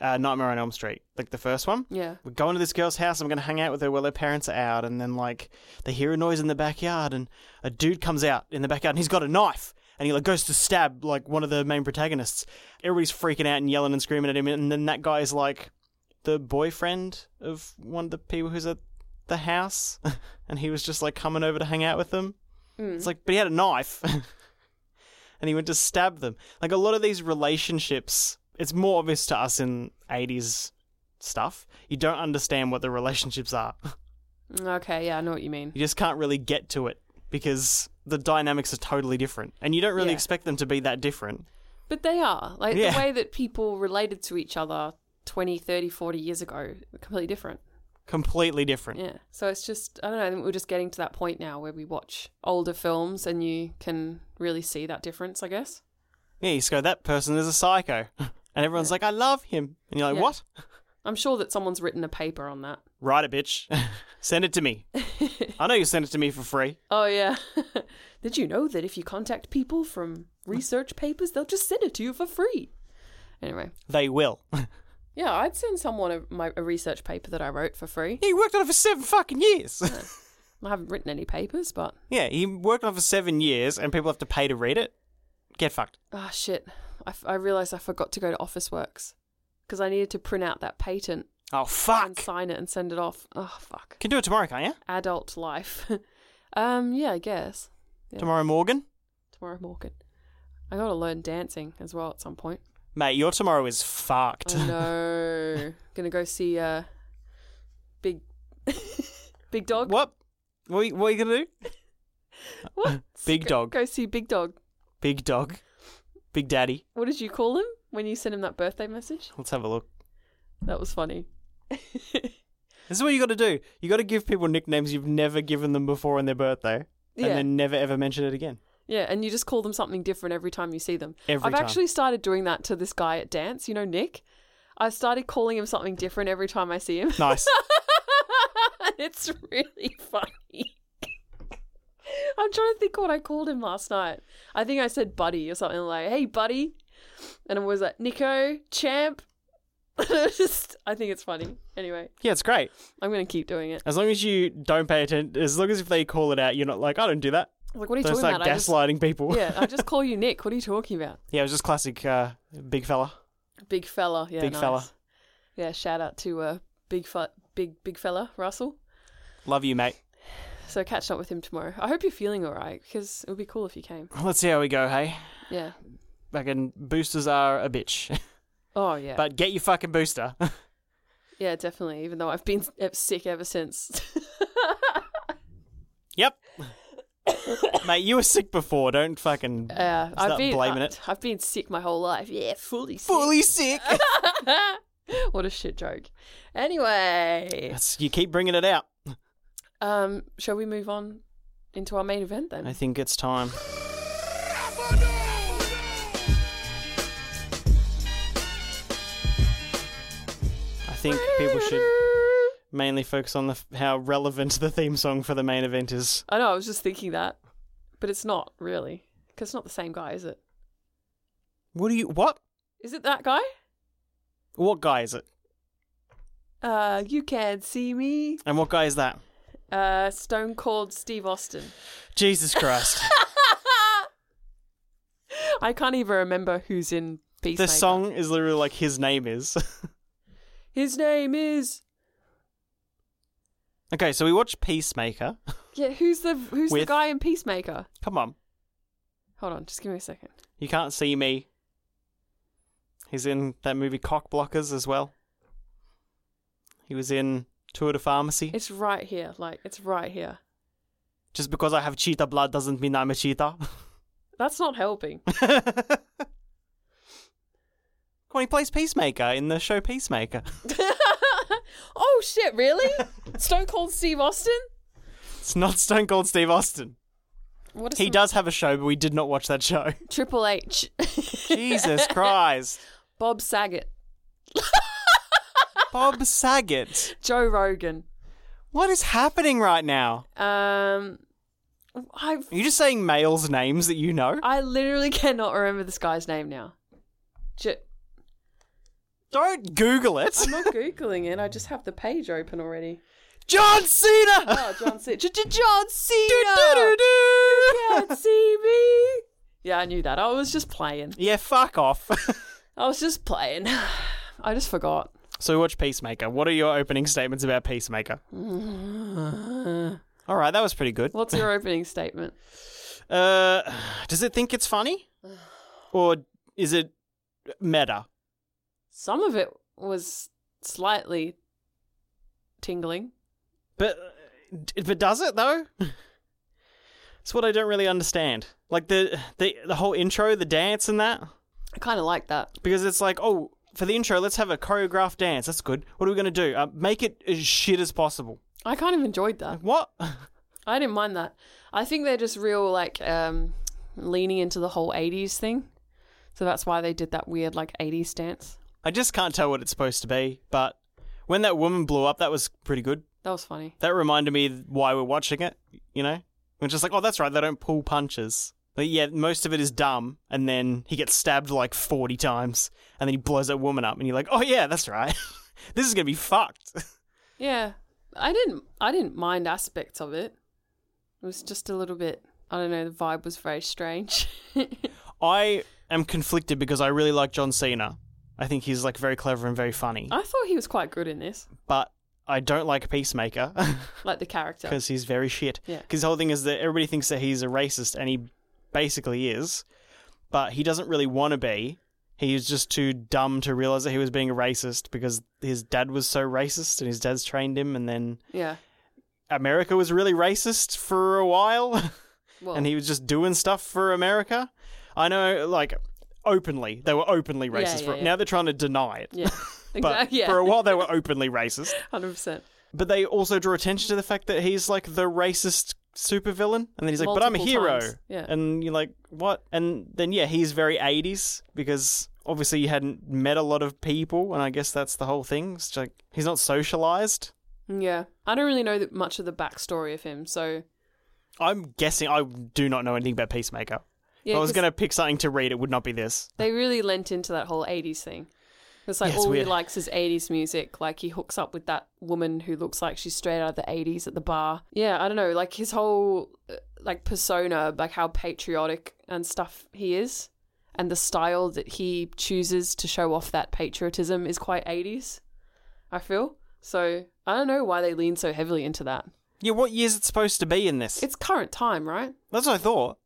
[SPEAKER 1] uh, Nightmare on Elm Street, like the first one.
[SPEAKER 2] yeah.
[SPEAKER 1] We're going to this girl's house. I'm going to hang out with her while her parents are out, and then like they hear a noise in the backyard, and a dude comes out in the backyard, and he's got a knife, and he like goes to stab like one of the main protagonists. Everybody's freaking out and yelling and screaming at him, and then that guy is like the boyfriend of one of the people who's at the house, and he was just like coming over to hang out with them. It's like, but he had a knife, and he went to stab them. Like a lot of these relationships, it's more obvious to us in '80s stuff, you don't understand what the relationships are.
[SPEAKER 2] Okay. Yeah, I know what you mean.
[SPEAKER 1] You just can't really get to it because the dynamics are totally different. And you don't really
[SPEAKER 2] Yeah.
[SPEAKER 1] expect them to be that different.
[SPEAKER 2] But they are. Like
[SPEAKER 1] Yeah.
[SPEAKER 2] the way that people related to each other 20, 30, 40 years ago, completely different.
[SPEAKER 1] Completely different.
[SPEAKER 2] Yeah. So it's just, I don't know. I think we're just getting to that point now where we watch older films and you can really see that difference, I guess.
[SPEAKER 1] Yeah, you just go, that person is a psycho. And everyone's like, I love him. And you're like,
[SPEAKER 2] Yeah.
[SPEAKER 1] what?
[SPEAKER 2] I'm sure that someone's written a paper on that.
[SPEAKER 1] Write it, bitch. send it to me. I know you sent it to me for free.
[SPEAKER 2] Oh, yeah. Did you know that if you contact people from research papers, they'll just send it to you for free? Anyway,
[SPEAKER 1] They will.
[SPEAKER 2] yeah, I'd send someone a, my, a research paper that I wrote for free.
[SPEAKER 1] he worked on it for seven fucking years.
[SPEAKER 2] I haven't written any papers, but
[SPEAKER 1] yeah, he worked on it for seven years and people have to pay to read it. Get fucked.
[SPEAKER 2] ah, shit. I, f- I realized I forgot to go to Office Works because I needed to print out that patent
[SPEAKER 1] Oh,
[SPEAKER 2] and
[SPEAKER 1] fuck.
[SPEAKER 2] sign it and send it off. Oh, fuck.
[SPEAKER 1] Can do it tomorrow, can't you?
[SPEAKER 2] Adult life. um, yeah, I guess. Yeah.
[SPEAKER 1] Tomorrow, Morgan?
[SPEAKER 2] Tomorrow morning. I gotta learn dancing as well at some point.
[SPEAKER 1] Mate, your tomorrow is fucked.
[SPEAKER 2] I know. Oh, Gonna go see uh big big dog.
[SPEAKER 1] What? What are you, what are you gonna do?
[SPEAKER 2] What?
[SPEAKER 1] Big
[SPEAKER 2] Go-
[SPEAKER 1] dog.
[SPEAKER 2] Go see big dog.
[SPEAKER 1] Big dog, big daddy.
[SPEAKER 2] What did you call him when you sent him that birthday message?
[SPEAKER 1] Let's have a look.
[SPEAKER 2] That was funny.
[SPEAKER 1] This is what you got to do. You got to give people nicknames you've never given them before on their birthday,
[SPEAKER 2] Yeah.
[SPEAKER 1] and then never ever mention it again.
[SPEAKER 2] yeah, and you just call them something different every time you see them.
[SPEAKER 1] Every
[SPEAKER 2] I've
[SPEAKER 1] time.
[SPEAKER 2] actually started doing that to this guy at dance, you know, Nick. I started calling him something different every time I see him.
[SPEAKER 1] Nice.
[SPEAKER 2] it's really funny. I'm trying to think what I called him last night. I think I said buddy or something like, hey, buddy. And I was like, Nico, champ. Just, I think it's funny. Anyway,
[SPEAKER 1] yeah, it's great.
[SPEAKER 2] I'm going to keep doing it.
[SPEAKER 1] As long as you don't pay attention, as long as if they call it out, you're not like, I don't do that.
[SPEAKER 2] Like, what are you
[SPEAKER 1] Don't
[SPEAKER 2] talking
[SPEAKER 1] start
[SPEAKER 2] about? I just,
[SPEAKER 1] gaslighting people.
[SPEAKER 2] yeah, I just call you Nick. What are you talking about?
[SPEAKER 1] yeah, it was just classic uh, big fella.
[SPEAKER 2] Big fella. Yeah,
[SPEAKER 1] Big
[SPEAKER 2] nice.
[SPEAKER 1] fella.
[SPEAKER 2] Yeah, shout out to uh, big, fu- big, big fella, Russell.
[SPEAKER 1] Love you, mate.
[SPEAKER 2] So catch up with him tomorrow. I hope you're feeling all right because it would be cool if you came.
[SPEAKER 1] Let's see how we go, hey?
[SPEAKER 2] Yeah.
[SPEAKER 1] Fucking boosters are a bitch.
[SPEAKER 2] Oh, yeah.
[SPEAKER 1] but get your fucking booster.
[SPEAKER 2] Yeah, definitely. Even though I've been e- sick ever since.
[SPEAKER 1] yep. mate, you were sick before. Don't fucking
[SPEAKER 2] Yeah,
[SPEAKER 1] Stop
[SPEAKER 2] Uh, I've been
[SPEAKER 1] blaming it.
[SPEAKER 2] I've been sick my whole life. Yeah, fully sick.
[SPEAKER 1] fully sick.
[SPEAKER 2] what a shit joke. Anyway,
[SPEAKER 1] That's, you keep bringing it out.
[SPEAKER 2] um, shall we move on into our main event then?
[SPEAKER 1] I think it's time. I think people should mainly focus on the f- how relevant the theme song for the main event is.
[SPEAKER 2] I know. I was just thinking that, but it's not really because it's not the same guy, is it?
[SPEAKER 1] What do you? What?
[SPEAKER 2] Is it that guy?
[SPEAKER 1] What guy is it?
[SPEAKER 2] Uh, you can't see me.
[SPEAKER 1] And what guy is that?
[SPEAKER 2] Uh, Stone Cold Steve Austin.
[SPEAKER 1] Jesus Christ!
[SPEAKER 2] I can't even remember who's in
[SPEAKER 1] the
[SPEAKER 2] Peacemaker.
[SPEAKER 1] song is literally like his name is.
[SPEAKER 2] His name is
[SPEAKER 1] okay, so we watched Peacemaker.
[SPEAKER 2] yeah. Who's the who's the
[SPEAKER 1] With-
[SPEAKER 2] guy in Peacemaker?
[SPEAKER 1] Come on,
[SPEAKER 2] Hold on, just give me a second.
[SPEAKER 1] you can't see me. He's in that movie Cock Blockers as well. He was in Tour de Pharmacy.
[SPEAKER 2] It's right here. Like it's right here.
[SPEAKER 1] Just because I have cheetah blood doesn't mean I'm a cheetah.
[SPEAKER 2] That's not helping.
[SPEAKER 1] Come on, he plays Peacemaker in the show Peacemaker.
[SPEAKER 2] oh shit! Really? Stone Cold Steve Austin?
[SPEAKER 1] It's not Stone Cold Steve Austin.
[SPEAKER 2] What is
[SPEAKER 1] He does have a show, but we did not watch that show.
[SPEAKER 2] Triple H?
[SPEAKER 1] Jesus Christ.
[SPEAKER 2] Bob Saget,
[SPEAKER 1] Bob Saget.
[SPEAKER 2] Joe Rogan.
[SPEAKER 1] What is happening right now?
[SPEAKER 2] Um, I
[SPEAKER 1] Are you just saying males' names that you know?
[SPEAKER 2] I literally cannot remember this guy's name now. J-
[SPEAKER 1] Don't Google it.
[SPEAKER 2] I'm not googling it. I just have the page open already.
[SPEAKER 1] John Cena!
[SPEAKER 2] Oh, John Cena. J- J- John Cena.
[SPEAKER 1] Do-do-do-do!
[SPEAKER 2] Can't see me. Yeah, I knew that. I was just playing.
[SPEAKER 1] Yeah, fuck off.
[SPEAKER 2] I was just playing. I just forgot.
[SPEAKER 1] so, we watch Peacemaker. What are your opening statements about Peacemaker? All right, that was pretty good.
[SPEAKER 2] What's your opening statement?
[SPEAKER 1] Uh, does it think it's funny, or is it meta?
[SPEAKER 2] Some of it was slightly tingling.
[SPEAKER 1] But but does it though? It's what I don't really understand. Like the the the whole intro, the dance, and that
[SPEAKER 2] I kind of like that.
[SPEAKER 1] because it's like oh. For the intro, let's have a choreographed dance. That's good. What are we going to do? Uh, make it as shit as possible.
[SPEAKER 2] I kind of enjoyed that.
[SPEAKER 1] What?
[SPEAKER 2] I didn't mind that. I think they're just real like um, leaning into the whole '80s thing, so that's why they did that weird like '80s stance.
[SPEAKER 1] I just can't tell what it's supposed to be. But when that woman blew up, that was pretty good.
[SPEAKER 2] That was funny.
[SPEAKER 1] that reminded me why we're watching it, you know? We're just like, oh, that's right, they don't pull punches. But yeah, most of it is dumb, and then he gets stabbed like 40 times, and then he blows that woman up, and you're like, oh, yeah, that's right. this is going to be fucked.
[SPEAKER 2] Yeah, I didn't. I didn't mind aspects of it. It was just a little bit. I don't know. The vibe was very strange.
[SPEAKER 1] I am conflicted because I really like John Cena. I think he's like very clever and very funny,
[SPEAKER 2] I thought he was quite good in this,
[SPEAKER 1] but I don't like Peacemaker
[SPEAKER 2] like the character.
[SPEAKER 1] because he's very shit.
[SPEAKER 2] Yeah.
[SPEAKER 1] Because the whole thing is that everybody thinks that he's a racist, and he basically is, but he doesn't really want to be. He is just too dumb to realize that he was being a racist because his dad was so racist, and his dad's trained him, and then
[SPEAKER 2] Yeah.
[SPEAKER 1] America was really racist for a while,
[SPEAKER 2] Well,
[SPEAKER 1] and he was just doing stuff for America. I know, like openly, they were openly racist.
[SPEAKER 2] yeah,
[SPEAKER 1] for,
[SPEAKER 2] yeah.
[SPEAKER 1] Now they're trying to deny it,
[SPEAKER 2] yeah,
[SPEAKER 1] but
[SPEAKER 2] exactly.
[SPEAKER 1] for a
[SPEAKER 2] Yeah,
[SPEAKER 1] while they were openly racist.
[SPEAKER 2] hundred percent.
[SPEAKER 1] But they also draw attention to the fact that he's like the racist supervillain, and then he's like, "But I'm a
[SPEAKER 2] Multiple
[SPEAKER 1] hero,"
[SPEAKER 2] times, yeah.
[SPEAKER 1] and you're like, "What?" And then yeah, he's very '80s because obviously he hadn't met a lot of people, and I guess that's the whole thing. It's like he's not socialized.
[SPEAKER 2] Yeah, I don't really know that much of the backstory of him, so
[SPEAKER 1] I'm guessing I do not know anything about Peacemaker.
[SPEAKER 2] yeah,
[SPEAKER 1] if I was
[SPEAKER 2] 'cause-
[SPEAKER 1] gonna pick something to read, it would not be this.
[SPEAKER 2] They really lent into that whole 80s thing. It's like
[SPEAKER 1] Yeah, it's
[SPEAKER 2] all
[SPEAKER 1] weird.
[SPEAKER 2] he likes is 80s music. Like he hooks up with that woman who looks like she's straight out of the 80s at the bar. Yeah, I don't know. Like his whole uh, like persona, like how patriotic and stuff he is and the style that he chooses to show off that patriotism is quite 80s, I feel. So, I don't know why they lean so heavily into that.
[SPEAKER 1] Yeah, what year's it supposed to be in this?
[SPEAKER 2] It's current time, right?
[SPEAKER 1] that's what I thought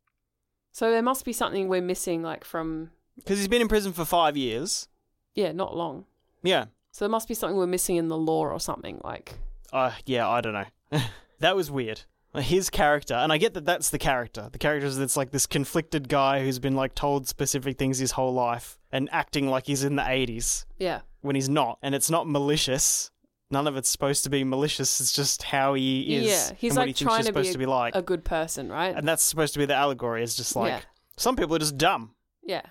[SPEAKER 2] So there must be something we're missing like from
[SPEAKER 1] because he's been in prison for five years.
[SPEAKER 2] yeah, not long.
[SPEAKER 1] Yeah,
[SPEAKER 2] So there must be something we're missing in the lore or something like.
[SPEAKER 1] Uh, yeah, I don't know. that was weird. His character, and I get that that's the character. The character is that's like this conflicted guy who's been like told specific things his whole life and acting like he's in the 80s
[SPEAKER 2] Yeah.
[SPEAKER 1] when he's not, and it's not malicious. None of it's supposed to be malicious. It's just how he is
[SPEAKER 2] Yeah, he's,
[SPEAKER 1] and
[SPEAKER 2] like,
[SPEAKER 1] what he thinks
[SPEAKER 2] trying
[SPEAKER 1] he's
[SPEAKER 2] to be
[SPEAKER 1] supposed to be like.
[SPEAKER 2] a good person, right?
[SPEAKER 1] and that's supposed to be the allegory. It's just like
[SPEAKER 2] Yeah.
[SPEAKER 1] some people are just dumb.
[SPEAKER 2] yeah.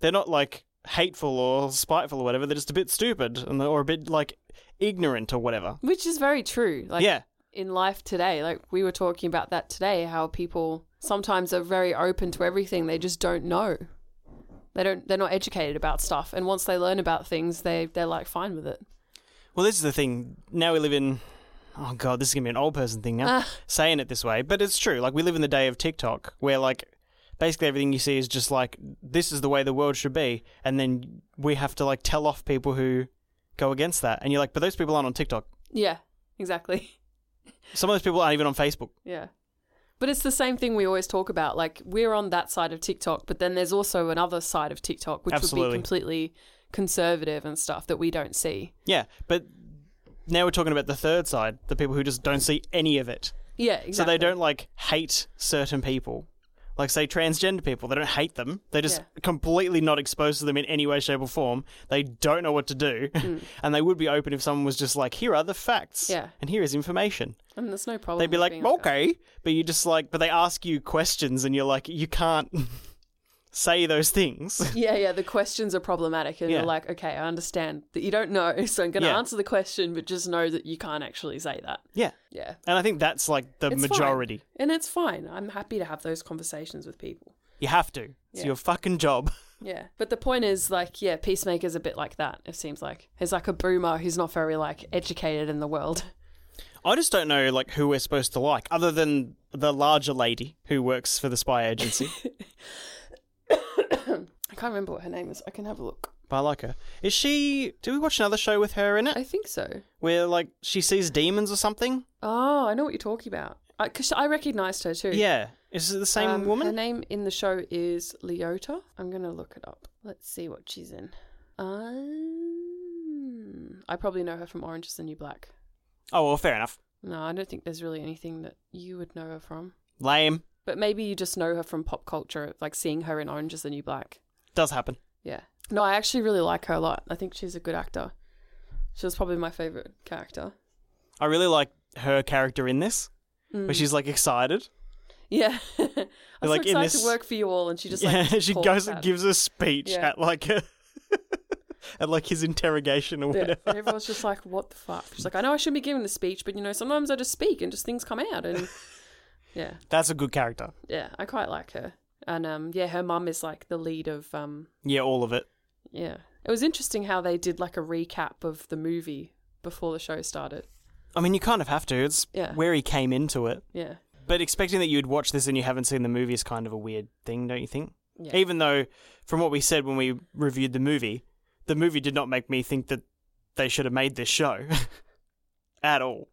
[SPEAKER 1] They're not like hateful or spiteful or whatever. They're just a bit stupid and or a bit like ignorant or whatever.
[SPEAKER 2] Which is very true. Like
[SPEAKER 1] yeah,
[SPEAKER 2] in life today, like we were talking about that today, how people sometimes are very open to everything, they just don't know. They don't they're not educated about stuff. And once they learn about things, they they're like fine with it.
[SPEAKER 1] Well, this is the thing. Now we live in. Oh god, this is gonna be an old person thing now.
[SPEAKER 2] Ah.
[SPEAKER 1] Saying it this way, but it's true. Like we live in the day of TikTok, where like basically everything you see is just like this is the way the world should be, and then we have to like tell off people who go against that, and you're like, but those people aren't on TikTok.
[SPEAKER 2] Yeah, exactly.
[SPEAKER 1] Some of those people aren't even on Facebook.
[SPEAKER 2] Yeah. But it's the same thing we always talk about. Like we're on that side of TikTok, but then there's also another side of TikTok which would
[SPEAKER 1] Absolutely.
[SPEAKER 2] be completely conservative and stuff that we don't see.
[SPEAKER 1] Yeah, but now we're talking about the third side, the people who just don't see any of it.
[SPEAKER 2] Yeah, exactly.
[SPEAKER 1] So they don't like hate certain people. Like say transgender people, they don't hate them. They're just
[SPEAKER 2] Yeah.
[SPEAKER 1] completely not exposed to them in any way, shape, or form. They don't know what to do, and they would be open if someone was just like, "Here are the facts,
[SPEAKER 2] Mm. Yeah.
[SPEAKER 1] and here is information."
[SPEAKER 2] and there's no problem.
[SPEAKER 1] They'd be
[SPEAKER 2] with
[SPEAKER 1] like,
[SPEAKER 2] being like that.
[SPEAKER 1] "Okay," but you just like, but they ask you questions, and you're like, you can't say those things.
[SPEAKER 2] Yeah, yeah, the questions are problematic and
[SPEAKER 1] Yeah.
[SPEAKER 2] you're like, okay, I understand that you don't know, so I'm gonna
[SPEAKER 1] Yeah.
[SPEAKER 2] answer the question, but just know that you can't actually say that.
[SPEAKER 1] yeah,
[SPEAKER 2] Yeah.
[SPEAKER 1] and I think that's like the
[SPEAKER 2] It's fine.
[SPEAKER 1] majority.
[SPEAKER 2] And it's fine. I'm happy to have those conversations with people.
[SPEAKER 1] You have to. It's
[SPEAKER 2] Yeah.
[SPEAKER 1] your fucking job.
[SPEAKER 2] Yeah. But the point is like, yeah, Peacemaker's a bit like that, it seems like. He's like a boomer who's not very like educated in the world.
[SPEAKER 1] I just don't know like who we're supposed to like, other than the larger lady who works for the spy agency.
[SPEAKER 2] I can't remember what her name is. I can have a look.
[SPEAKER 1] but I like her. Is she? Do we watch another show with her in it
[SPEAKER 2] I think so.
[SPEAKER 1] where like she sees demons or something?
[SPEAKER 2] Oh, I know what you're talking about. Because I, recognized her too.
[SPEAKER 1] Yeah, is it the same
[SPEAKER 2] Um, Her
[SPEAKER 1] woman?
[SPEAKER 2] name in the show is Leota. I'm gonna look it up. Let's see what she's in. Um, I probably know her from Orange Is the New Black.
[SPEAKER 1] Oh well, fair enough.
[SPEAKER 2] No, I don't think there's really anything that you would know her from.
[SPEAKER 1] Lame
[SPEAKER 2] But maybe you just know her from pop culture, like seeing her in Orange Is the New Black.
[SPEAKER 1] does happen.
[SPEAKER 2] Yeah. No, I actually really like her a lot. I think she's a good actor. She was probably my favorite character.
[SPEAKER 1] I really like her character in this,
[SPEAKER 2] Hmm.
[SPEAKER 1] where she's like excited.
[SPEAKER 2] Yeah. I'm so
[SPEAKER 1] Like, in
[SPEAKER 2] excited
[SPEAKER 1] this-
[SPEAKER 2] to work for you all, and she just like
[SPEAKER 1] yeah, she
[SPEAKER 2] calls
[SPEAKER 1] goes
[SPEAKER 2] out.
[SPEAKER 1] and gives a speech
[SPEAKER 2] Yeah.
[SPEAKER 1] at like a at like his interrogation or
[SPEAKER 2] Yeah.
[SPEAKER 1] whatever.
[SPEAKER 2] And everyone's just like, what the fuck? She's like, I know I shouldn't be giving the speech, but you know, sometimes I just speak and just things come out. And yeah,
[SPEAKER 1] That's a good character.
[SPEAKER 2] yeah, I quite like her. And um, yeah, her mum is like the lead of um,
[SPEAKER 1] Yeah, all of it.
[SPEAKER 2] yeah. It was interesting how they did like a recap of the movie before the show started.
[SPEAKER 1] I mean, you kind of have to. It's
[SPEAKER 2] Yeah.
[SPEAKER 1] where he came into it.
[SPEAKER 2] Yeah,
[SPEAKER 1] But expecting that you'd watch this and you haven't seen the movie is kind of a weird thing, don't you think?
[SPEAKER 2] Yeah.
[SPEAKER 1] Even though, from what we said when we reviewed the movie, the movie did not make me think that they should have made this show at all.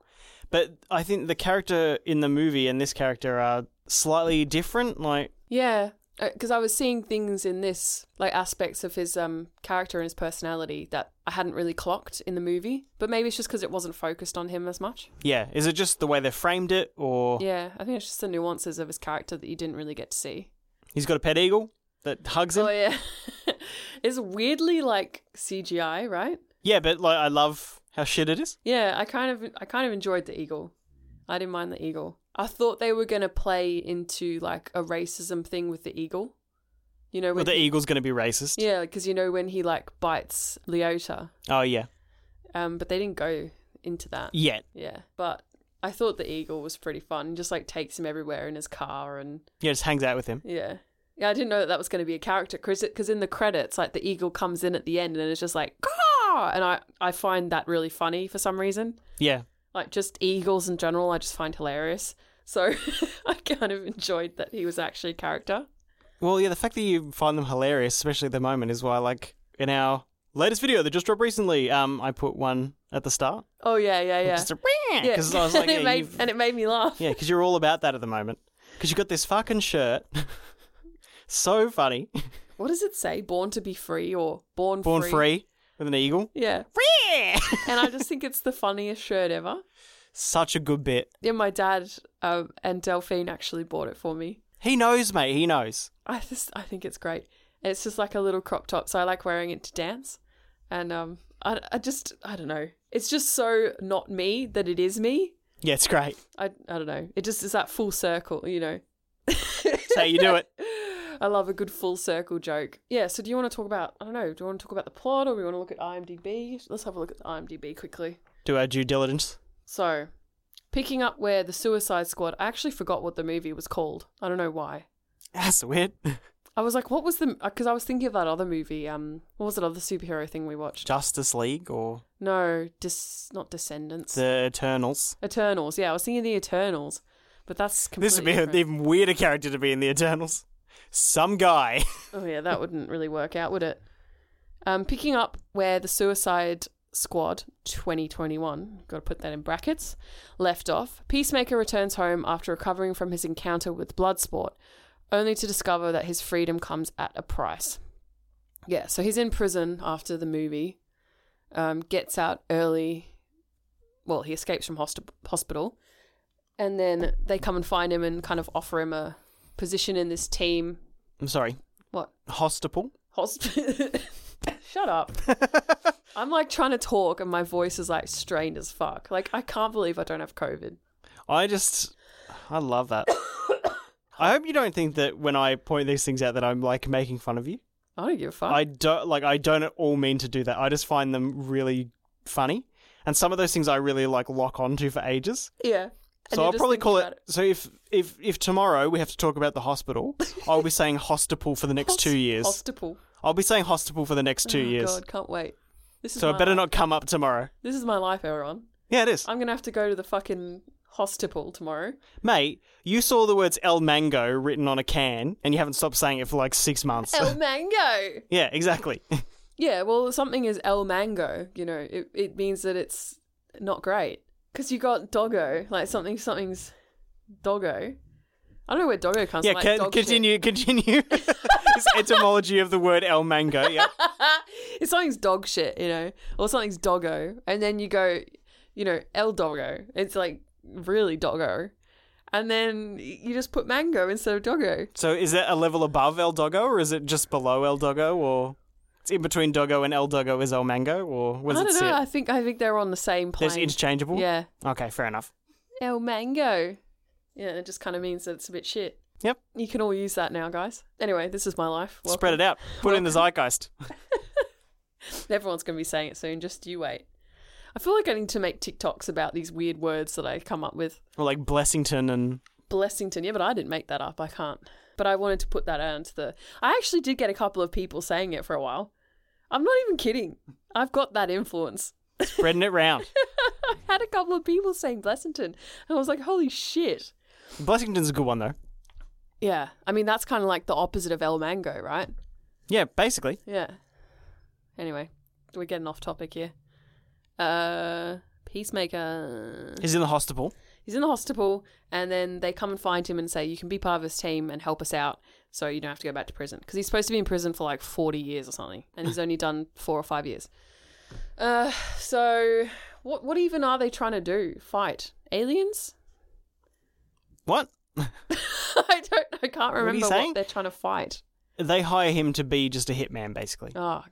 [SPEAKER 1] But I think the character in the movie and this character are slightly different. Like,
[SPEAKER 2] yeah. Because I was seeing things in this, like aspects of his um character and his personality that I hadn't really clocked in the movie. But maybe it's just because it wasn't focused on him as much.
[SPEAKER 1] yeah, is it just the way they framed it, or
[SPEAKER 2] Yeah, I think it's just the nuances of his character that you didn't really get to see.
[SPEAKER 1] he's got a pet eagle that hugs him?
[SPEAKER 2] Oh yeah, it's weirdly like CGI, right?
[SPEAKER 1] yeah, but like, I love how shit it is.
[SPEAKER 2] Yeah, I kind of I kind of enjoyed the eagle. I didn't mind the eagle. I thought they were gonna play into like a racism thing with the eagle. You know,
[SPEAKER 1] Well,
[SPEAKER 2] when
[SPEAKER 1] the eagle's going to be racist.
[SPEAKER 2] yeah, because you know when he like bites Leota,
[SPEAKER 1] Oh yeah,
[SPEAKER 2] um, but they didn't go into that.
[SPEAKER 1] yeah.
[SPEAKER 2] Yeah, but I thought the eagle was pretty fun. He just like takes him everywhere in his car and
[SPEAKER 1] Yeah, just hangs out with him.
[SPEAKER 2] Yeah. Yeah, I didn't know that that was going to be a character because in the credits, like the eagle comes in at the end and it's just like, Caw! and I, I find that really funny for some reason.
[SPEAKER 1] Yeah,
[SPEAKER 2] Like just eagles in general, I just find hilarious. So I kind of enjoyed that he was actually a character.
[SPEAKER 1] Well, yeah, the fact that you find them hilarious, especially at the moment, is why, like, in our latest video that just dropped recently, um, I put one at the start.
[SPEAKER 2] Oh, yeah, yeah, yeah.
[SPEAKER 1] Just a
[SPEAKER 2] yeah.
[SPEAKER 1] because I was like,
[SPEAKER 2] and,
[SPEAKER 1] yeah,
[SPEAKER 2] it made,
[SPEAKER 1] you've-
[SPEAKER 2] and it made me laugh.
[SPEAKER 1] yeah, 'cause you're all about that at the moment. Because you got this fucking shirt. so funny.
[SPEAKER 2] What does it say? Born to be free or born,
[SPEAKER 1] Born
[SPEAKER 2] free?
[SPEAKER 1] free, with an eagle.
[SPEAKER 2] Yeah. and I just think it's the funniest shirt ever.
[SPEAKER 1] Such a good bit.
[SPEAKER 2] Yeah, my dad um, and Delphine actually bought it for me.
[SPEAKER 1] He knows, mate. He knows.
[SPEAKER 2] I just I think it's great. And it's just like a little crop top, so I like wearing it to dance. And um, I, I just, I don't know. It's just so not me that it is me.
[SPEAKER 1] Yeah, it's great.
[SPEAKER 2] I, I don't know. It just is that full circle, you know.
[SPEAKER 1] That's how you do it.
[SPEAKER 2] I love a good full circle joke. Yeah, so do you want to talk about, I don't know, do you want to talk about the plot or do you want to look at IMDb? Let's have a look at IMDb quickly.
[SPEAKER 1] Do our due diligence.
[SPEAKER 2] So, picking up where the Suicide Squad, I actually forgot what the movie was called. I don't know why.
[SPEAKER 1] That's weird.
[SPEAKER 2] I was like, what was the, because I was thinking of that other movie. Um, What was it, other superhero thing we watched?
[SPEAKER 1] Justice League or
[SPEAKER 2] No, dis, not Descendants.
[SPEAKER 1] the Eternals.
[SPEAKER 2] Eternals. Yeah, I was thinking the Eternals, but that's completely
[SPEAKER 1] This would be an
[SPEAKER 2] different.
[SPEAKER 1] even weirder character to be in the Eternals. Some guy.
[SPEAKER 2] Oh yeah, that wouldn't really work out, would it? Um, picking up where the Suicide Squad 2021, got to put that in brackets, left off, Peacemaker returns home after recovering from his encounter with Bloodsport, only to discover that his freedom comes at a price. Yeah, so he's in prison after the movie, um, gets out early. Well, he escapes from hosti- hospital, and then they come and find him and kind of offer him a position in this team.
[SPEAKER 1] I'm sorry.
[SPEAKER 2] What?
[SPEAKER 1] Hostiple?
[SPEAKER 2] hospital. Shut up. I'm like trying to talk and my voice is like strained as fuck. Like I can't believe I don't have COVID.
[SPEAKER 1] I just, I love that. I hope you don't think that when I point these things out that I'm like making fun of you.
[SPEAKER 2] I don't give a fuck.
[SPEAKER 1] I don't like. I don't at all mean to do that. I just find them really funny, and some of those things I really like lock onto for ages.
[SPEAKER 2] yeah. And
[SPEAKER 1] So
[SPEAKER 2] you're
[SPEAKER 1] I'll
[SPEAKER 2] just
[SPEAKER 1] probably
[SPEAKER 2] thinking
[SPEAKER 1] call
[SPEAKER 2] about
[SPEAKER 1] it. So if if if tomorrow we have to talk about the hospital, I'll be saying hospital for the next two years.
[SPEAKER 2] Hospital.
[SPEAKER 1] I'll be saying hospital for the next two
[SPEAKER 2] Two
[SPEAKER 1] years.
[SPEAKER 2] Oh, God, can't wait. This is
[SPEAKER 1] So
[SPEAKER 2] my
[SPEAKER 1] it better
[SPEAKER 2] life.
[SPEAKER 1] not come up tomorrow.
[SPEAKER 2] This is my life, everyone.
[SPEAKER 1] Yeah, it is.
[SPEAKER 2] I'm gonna have to go to the fucking hospital tomorrow.
[SPEAKER 1] Mate, you saw the words El Mango written on a can, and you haven't stopped saying it for like six months.
[SPEAKER 2] El Mango.
[SPEAKER 1] yeah, exactly.
[SPEAKER 2] Yeah, well, something is El Mango. You know, it it means that it's not great because you got doggo. Like something, something's doggo. I don't know where doggo comes
[SPEAKER 1] yeah,
[SPEAKER 2] from. like
[SPEAKER 1] can,
[SPEAKER 2] dog shit.
[SPEAKER 1] continue, continue. This etymology of the word El Mango. Yeah,
[SPEAKER 2] if something's dog shit, you know, or something's doggo, and then you go, you know, El Doggo, it's like really doggo. And then y- you just put mango instead of doggo.
[SPEAKER 1] So is that a level above El Doggo, or is it just below El Doggo, or it's in between Doggo and El Doggo is El Mango, or was
[SPEAKER 2] I
[SPEAKER 1] it
[SPEAKER 2] don't
[SPEAKER 1] sit?
[SPEAKER 2] know. I think I think they're on the same plane.
[SPEAKER 1] There's interchangeable.
[SPEAKER 2] yeah,
[SPEAKER 1] Okay, fair enough.
[SPEAKER 2] El Mango. Yeah, it just kind of means that it's a bit shit.
[SPEAKER 1] Yep.
[SPEAKER 2] You can all use that now, guys. Anyway, this is my life. Welcome.
[SPEAKER 1] Spread it out. Put it in the zeitgeist.
[SPEAKER 2] Everyone's going to be saying it soon. Just you wait. I feel like I need to make TikToks about these weird words that I come up with.
[SPEAKER 1] Or like Blessington and
[SPEAKER 2] Blessington. Yeah, but I didn't make that up. I can't. But I wanted to put that out into the. I actually did get a couple of people saying it for a while. I'm not even kidding. I've got that influence.
[SPEAKER 1] spreading it round.
[SPEAKER 2] I had a couple of people saying Blessington, and I was like, holy shit.
[SPEAKER 1] Blessington's a good one though.
[SPEAKER 2] Yeah. I mean, that's kind of like the opposite of El Mango, right?
[SPEAKER 1] Yeah, basically.
[SPEAKER 2] Yeah. Anyway, we're getting off topic here. Uh, Peacemaker.
[SPEAKER 1] He's in the hospital.
[SPEAKER 2] He's in the hospital, and then they come and find him and say, You can be part of this team and help us out so you don't have to go back to prison. Because he's supposed to be in prison for like 40 years or something, and he's only done four or five years. Uh, so, what, what even are they trying to do? Fight? Aliens?
[SPEAKER 1] What?
[SPEAKER 2] I don't, I can't
[SPEAKER 1] are you
[SPEAKER 2] remember what,
[SPEAKER 1] saying?
[SPEAKER 2] they're trying to fight.
[SPEAKER 1] They hire him to be just a hitman, basically,
[SPEAKER 2] Ah,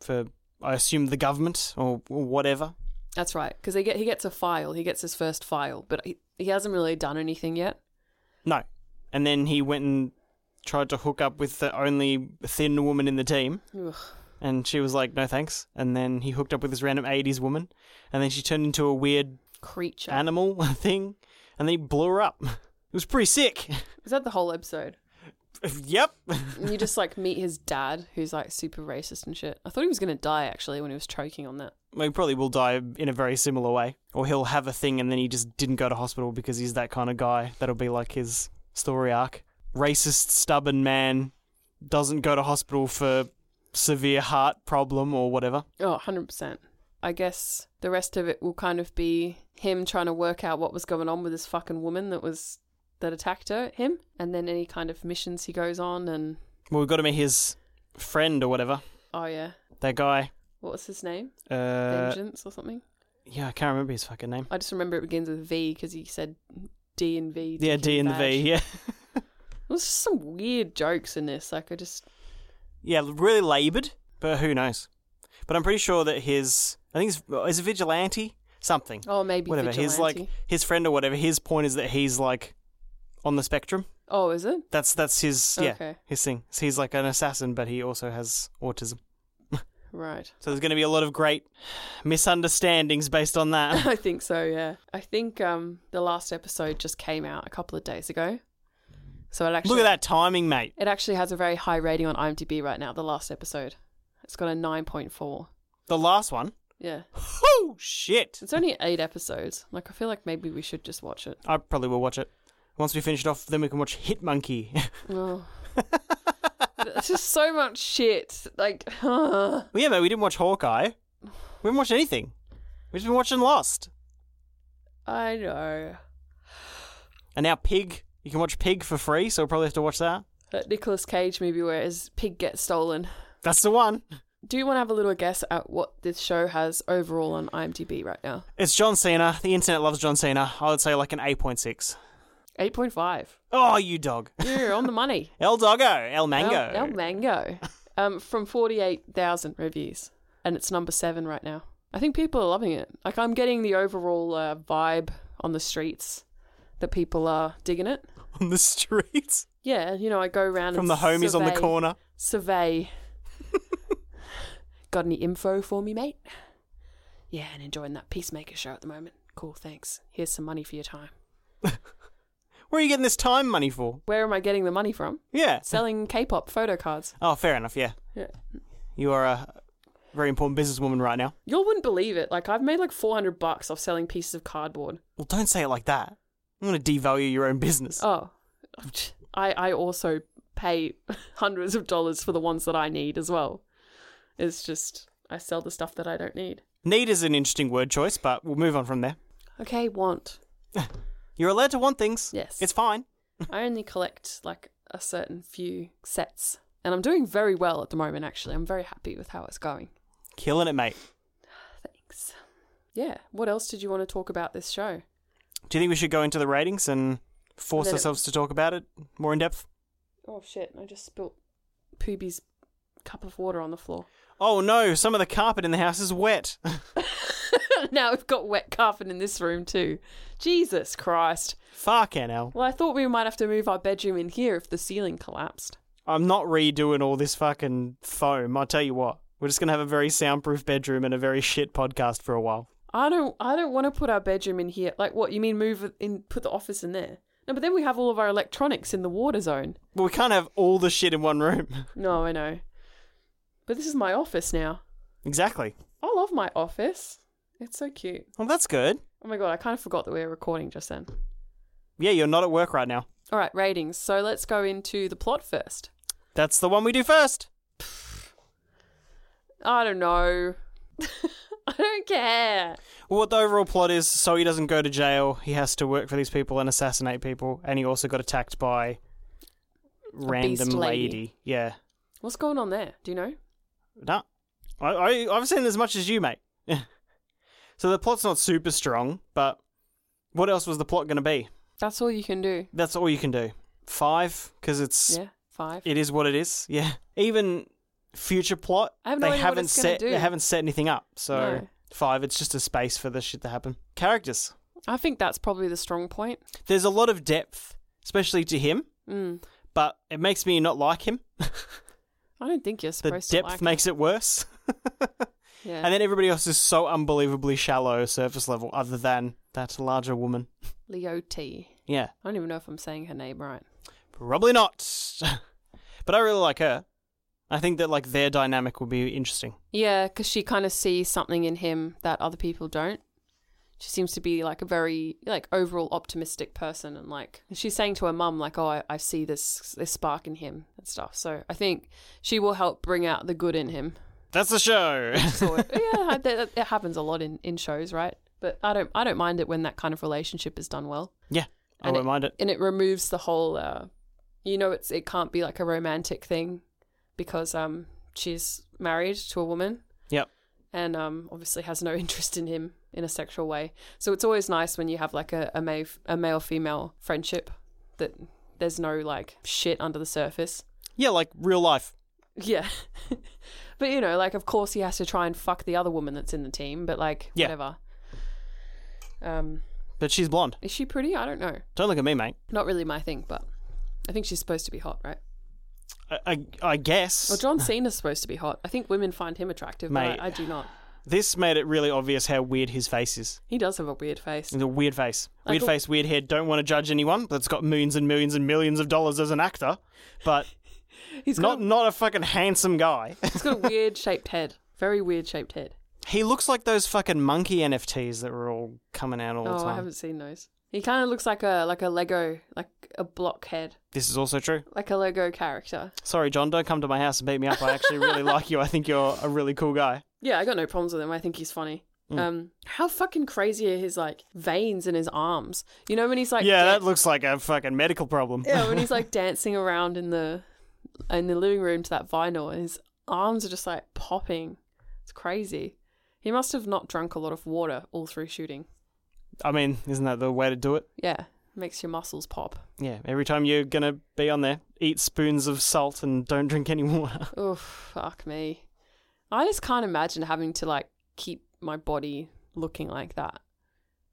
[SPEAKER 1] for I assume the government or or whatever.
[SPEAKER 2] that's right. Because get, he gets a file, he gets his first file, but he, he hasn't really done anything yet.
[SPEAKER 1] No. And then he went and tried to hook up with the only thin woman in the team.
[SPEAKER 2] Ugh.
[SPEAKER 1] And she was like, no thanks. And then he hooked up with this random 80s woman. And then she turned into a weird
[SPEAKER 2] Creature.
[SPEAKER 1] animal thing. And then he blew her up. It was pretty sick.
[SPEAKER 2] Is that the whole episode?
[SPEAKER 1] yep.
[SPEAKER 2] And you just like meet his dad, who's like super racist and shit. I thought he was gonna die actually when he was choking on that.
[SPEAKER 1] Well, he probably will die in a very similar way. Or he'll have a thing and then he just didn't go to hospital because he's that kind of guy. That'll be like his story arc. Racist, stubborn man doesn't go to hospital for severe heart problem or whatever.
[SPEAKER 2] Oh, 100%. I guess the rest of it will kind of be him trying to work out what was going on with this fucking woman that was that attacked her, him, and then any kind of missions he goes on and
[SPEAKER 1] Well, we've got to meet his friend or whatever.
[SPEAKER 2] oh yeah,
[SPEAKER 1] That guy.
[SPEAKER 2] what was his name?
[SPEAKER 1] Uh,
[SPEAKER 2] Vengeance or something.
[SPEAKER 1] yeah, I can't remember his fucking name.
[SPEAKER 2] I just remember it begins with V because he said D and V.
[SPEAKER 1] Yeah,
[SPEAKER 2] dick in
[SPEAKER 1] D and the
[SPEAKER 2] badge.
[SPEAKER 1] V. Yeah,
[SPEAKER 2] There's just some weird jokes in this. Like I just
[SPEAKER 1] yeah, really laboured, but who knows? But I'm pretty sure that his I think he's is a vigilante something
[SPEAKER 2] Oh, maybe
[SPEAKER 1] whatever
[SPEAKER 2] vigilante.
[SPEAKER 1] his like his friend or whatever. His point is that he's like on the spectrum.
[SPEAKER 2] oh, is it?
[SPEAKER 1] That's that's his yeah
[SPEAKER 2] Okay.
[SPEAKER 1] his thing. So he's like an assassin, but he also has autism.
[SPEAKER 2] Right.
[SPEAKER 1] So there's going to be a lot of great misunderstandings based on that.
[SPEAKER 2] I think so, yeah. I think um the last episode just came out a couple of days ago. So it actually
[SPEAKER 1] Look at that timing, mate.
[SPEAKER 2] it actually has a very high rating on IMDb right now, the last episode. It's got a 9.4.
[SPEAKER 1] The last one.
[SPEAKER 2] Yeah.
[SPEAKER 1] Oh shit!
[SPEAKER 2] It's only 8 episodes. Like I feel like maybe we should just watch it.
[SPEAKER 1] I probably will watch it. Once we finish it off, then we can watch Hit Monkey.
[SPEAKER 2] Oh. It's just so much shit. Like
[SPEAKER 1] Well, yeah, mate, we didn't watch Hawkeye. We haven't watched anything. We've just been watching Lost.
[SPEAKER 2] I know.
[SPEAKER 1] And now Pig. You can watch Pig for free, so we'll probably have to watch that.
[SPEAKER 2] That Nicolas Cage movie where his pig gets stolen.
[SPEAKER 1] That's the one.
[SPEAKER 2] Do you want to have a little guess at what this show has overall on IMDb right now?
[SPEAKER 1] It's John Cena. The internet loves John Cena. I would say like an 8.6.
[SPEAKER 2] 8.5.
[SPEAKER 1] Oh, you dog.
[SPEAKER 2] You're on the money.
[SPEAKER 1] El Doggo. El Mango.
[SPEAKER 2] El, El Mango. Um, from 48,000 reviews. And it's number seven right now. I think people are loving it. Like, I'm getting the overall uh, vibe on the streets that people are digging it.
[SPEAKER 1] on the streets.
[SPEAKER 2] Yeah, you know, I go around
[SPEAKER 1] From
[SPEAKER 2] and
[SPEAKER 1] the homies on the
[SPEAKER 2] survey-
[SPEAKER 1] corner.
[SPEAKER 2] Survey. Got any info for me, mate? Yeah, and enjoying that Peacemaker show at the moment. Cool, thanks. Here's some money for your time.
[SPEAKER 1] Where are you getting this time money for?
[SPEAKER 2] Where am I getting the money from?
[SPEAKER 1] Yeah.
[SPEAKER 2] Selling K pop photo cards.
[SPEAKER 1] Oh, fair enough. Yeah.
[SPEAKER 2] Yeah.
[SPEAKER 1] You are a very important businesswoman right now.
[SPEAKER 2] You all wouldn't believe it. Like I've made like four hundred bucks off selling pieces of cardboard.
[SPEAKER 1] Well, don't say it like that. I'm going to devalue your own business.
[SPEAKER 2] Oh, I I also pay hundreds of dollars for the ones that I need as well. It's just I sell the stuff that I don't need.
[SPEAKER 1] Need is an interesting word choice, but we'll move on from there.
[SPEAKER 2] Okay, want.
[SPEAKER 1] You're allowed to want things.
[SPEAKER 2] Yes.
[SPEAKER 1] It's fine.
[SPEAKER 2] I only collect like a certain few sets, and I'm doing very well at the moment. Actually, I'm very happy with how it's going.
[SPEAKER 1] Killing it, mate.
[SPEAKER 2] Thanks. Yeah. What else did you want to talk about this show?
[SPEAKER 1] Do you think we should go into the ratings and force
[SPEAKER 2] Let it-
[SPEAKER 1] ourselves to talk about it more in depth?
[SPEAKER 2] Oh shit! I just spilt Pooby's cup of water on the floor.
[SPEAKER 1] Oh no, some of the carpet in the house is wet.
[SPEAKER 2] now we've got wet carpet in this room too. Jesus Christ.
[SPEAKER 1] Fucking hell.
[SPEAKER 2] Well, I thought we might have to move our bedroom in here if the ceiling collapsed.
[SPEAKER 1] I'm not redoing all this fucking foam, I'll tell you what. We're just gonna have a very soundproof bedroom and a very shit podcast for a while.
[SPEAKER 2] I don't I don't want to put our bedroom in here. Like what, you mean move it in put the office in there? No, but then we have all of our electronics in the water zone.
[SPEAKER 1] But we can't have all the shit in one room.
[SPEAKER 2] No, I know. But this is my office now.
[SPEAKER 1] exactly.
[SPEAKER 2] I love my office. It's so cute.
[SPEAKER 1] Well that's good.
[SPEAKER 2] Oh my god, I kind of forgot that we were recording just then.
[SPEAKER 1] Yeah, you're not at work right now.
[SPEAKER 2] All right, ratings. So let's go into the plot first.
[SPEAKER 1] That's the one we do first.
[SPEAKER 2] I don't know. I don't care.
[SPEAKER 1] Well, what the overall plot is so he doesn't go to jail, he has to work for these people and assassinate people, and he also got attacked by random
[SPEAKER 2] beast lady.
[SPEAKER 1] lady. Yeah.
[SPEAKER 2] What's going on there? Do you know?
[SPEAKER 1] No. I, I, I've seen as much as you, mate. so the plot's not super strong, but what else was the plot going to be?
[SPEAKER 2] That's all you can do.
[SPEAKER 1] That's all you can do. Five, because it's
[SPEAKER 2] Yeah, five.
[SPEAKER 1] it is what it is. Yeah. Even future plot,
[SPEAKER 2] I have no
[SPEAKER 1] they
[SPEAKER 2] idea what
[SPEAKER 1] haven't
[SPEAKER 2] it's gonna
[SPEAKER 1] set
[SPEAKER 2] do.
[SPEAKER 1] they haven't set anything up. So
[SPEAKER 2] No.
[SPEAKER 1] five, it's just a space for this shit to happen. Characters.
[SPEAKER 2] I think that's probably the strong point.
[SPEAKER 1] There's a lot of depth, especially to him,
[SPEAKER 2] Mm.
[SPEAKER 1] but it makes me not like him.
[SPEAKER 2] I don't think you're
[SPEAKER 1] The
[SPEAKER 2] supposed to
[SPEAKER 1] depth
[SPEAKER 2] like
[SPEAKER 1] makes it worse.
[SPEAKER 2] it. Yeah.
[SPEAKER 1] And then everybody else is so unbelievably shallow surface level, other than that larger woman.
[SPEAKER 2] Leo T.
[SPEAKER 1] Yeah,
[SPEAKER 2] I don't even know if I'm saying her name right.
[SPEAKER 1] probably not. but I really like her. I think that like their dynamic will be interesting.
[SPEAKER 2] Yeah, because she kind of sees something in him that other people don't. She seems to be like a very like overall optimistic person, and like she's saying to her mum, like, "Oh, I, I see this this spark in him and stuff." So I think she will help bring out the good in him.
[SPEAKER 1] That's the show.
[SPEAKER 2] So yeah, I- that, that happens a lot in, in shows, right? But I don't I don't mind it when that kind of relationship is done well.
[SPEAKER 1] yeah, I
[SPEAKER 2] And
[SPEAKER 1] won't mind it.
[SPEAKER 2] and it removes the whole uh, you know it's it can't be like a romantic thing because um she's married to a woman
[SPEAKER 1] Yep.
[SPEAKER 2] and um obviously has no interest in him in a sexual way so it's always nice when you have like a, a male a male female friendship that there's no like shit under the surface
[SPEAKER 1] Yeah, like real life.
[SPEAKER 2] yeah But you know, like of course he has to try and fuck the other woman that's in the team, but like
[SPEAKER 1] Yeah.
[SPEAKER 2] whatever. Um
[SPEAKER 1] But she's blonde.
[SPEAKER 2] is she pretty? I don't know.
[SPEAKER 1] Don't look at me, mate.
[SPEAKER 2] Not really my thing, but I think she's supposed to be hot, right?
[SPEAKER 1] I, I, I guess
[SPEAKER 2] Well, John Cena's supposed to be hot. I think women find him attractive,
[SPEAKER 1] Mate.
[SPEAKER 2] but I, I do not.
[SPEAKER 1] this made it really obvious how weird his face is.
[SPEAKER 2] He does have a weird face.
[SPEAKER 1] It's a weird face.
[SPEAKER 2] Like
[SPEAKER 1] Weird
[SPEAKER 2] a-
[SPEAKER 1] face, weird head. Don't want to judge anyone that's got millions and millions and millions of dollars as an actor, but
[SPEAKER 2] He's got,
[SPEAKER 1] not not a fucking handsome guy.
[SPEAKER 2] he's got a weird shaped head. Very weird shaped head.
[SPEAKER 1] he looks like those fucking monkey NFTs that were all coming out all the
[SPEAKER 2] Oh, I
[SPEAKER 1] time.
[SPEAKER 2] haven't seen those. He kind of looks like a like a Lego, like a block head,
[SPEAKER 1] This is also true.
[SPEAKER 2] like a Lego character.
[SPEAKER 1] Sorry, John, don't come to my house and beat me up. I actually really like you. I think you're a really cool guy.
[SPEAKER 2] Yeah, I got no problems with him. I think he's funny.
[SPEAKER 1] Mm.
[SPEAKER 2] Um, how fucking crazy are his like veins in his arms? You know when he's like
[SPEAKER 1] Yeah,
[SPEAKER 2] dan-
[SPEAKER 1] that looks like a fucking medical problem.
[SPEAKER 2] yeah when he's like dancing around in the in the living room to that vinyl, and his arms are just like popping. It's crazy. He must have not drunk a lot of water all through shooting.
[SPEAKER 1] I mean, isn't that the way to do it?
[SPEAKER 2] Yeah, makes your muscles pop.
[SPEAKER 1] Yeah, every time you're gonna be on there, eat spoons of salt and don't drink any water.
[SPEAKER 2] Oh, fuck me. I just can't imagine having to like keep my body looking like that.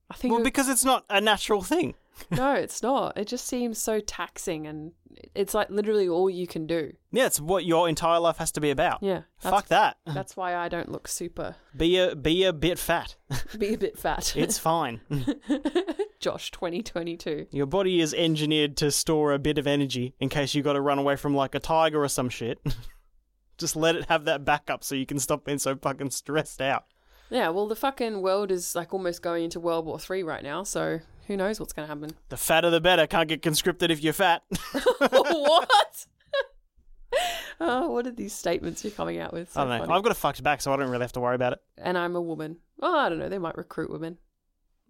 [SPEAKER 2] I think
[SPEAKER 1] Well,
[SPEAKER 2] it-
[SPEAKER 1] because it's not a natural thing.
[SPEAKER 2] no, it's not. It just seems so taxing and it's like literally all you can do.
[SPEAKER 1] Yeah, it's what your entire life has to be about.
[SPEAKER 2] Yeah. That's,
[SPEAKER 1] Fuck that.
[SPEAKER 2] That's why I don't look super
[SPEAKER 1] Be a be a bit fat.
[SPEAKER 2] be a bit fat.
[SPEAKER 1] It's fine.
[SPEAKER 2] Josh 2022.
[SPEAKER 1] Your body is engineered to store a bit of energy in case you got to run away from like a tiger or some shit. Just let it have that backup so you can stop being so fucking stressed out.
[SPEAKER 2] Yeah, well the fucking world is like almost going into World War 3 right now, so who knows what's going to happen.
[SPEAKER 1] The fatter the better. Can't get conscripted if you're fat.
[SPEAKER 2] what? oh, what are these statements you're coming out with? So
[SPEAKER 1] I don't know.
[SPEAKER 2] funny.
[SPEAKER 1] I've got a fucked back, so I don't really have to worry about it.
[SPEAKER 2] and I'm a woman. Oh, I don't know. They might recruit women.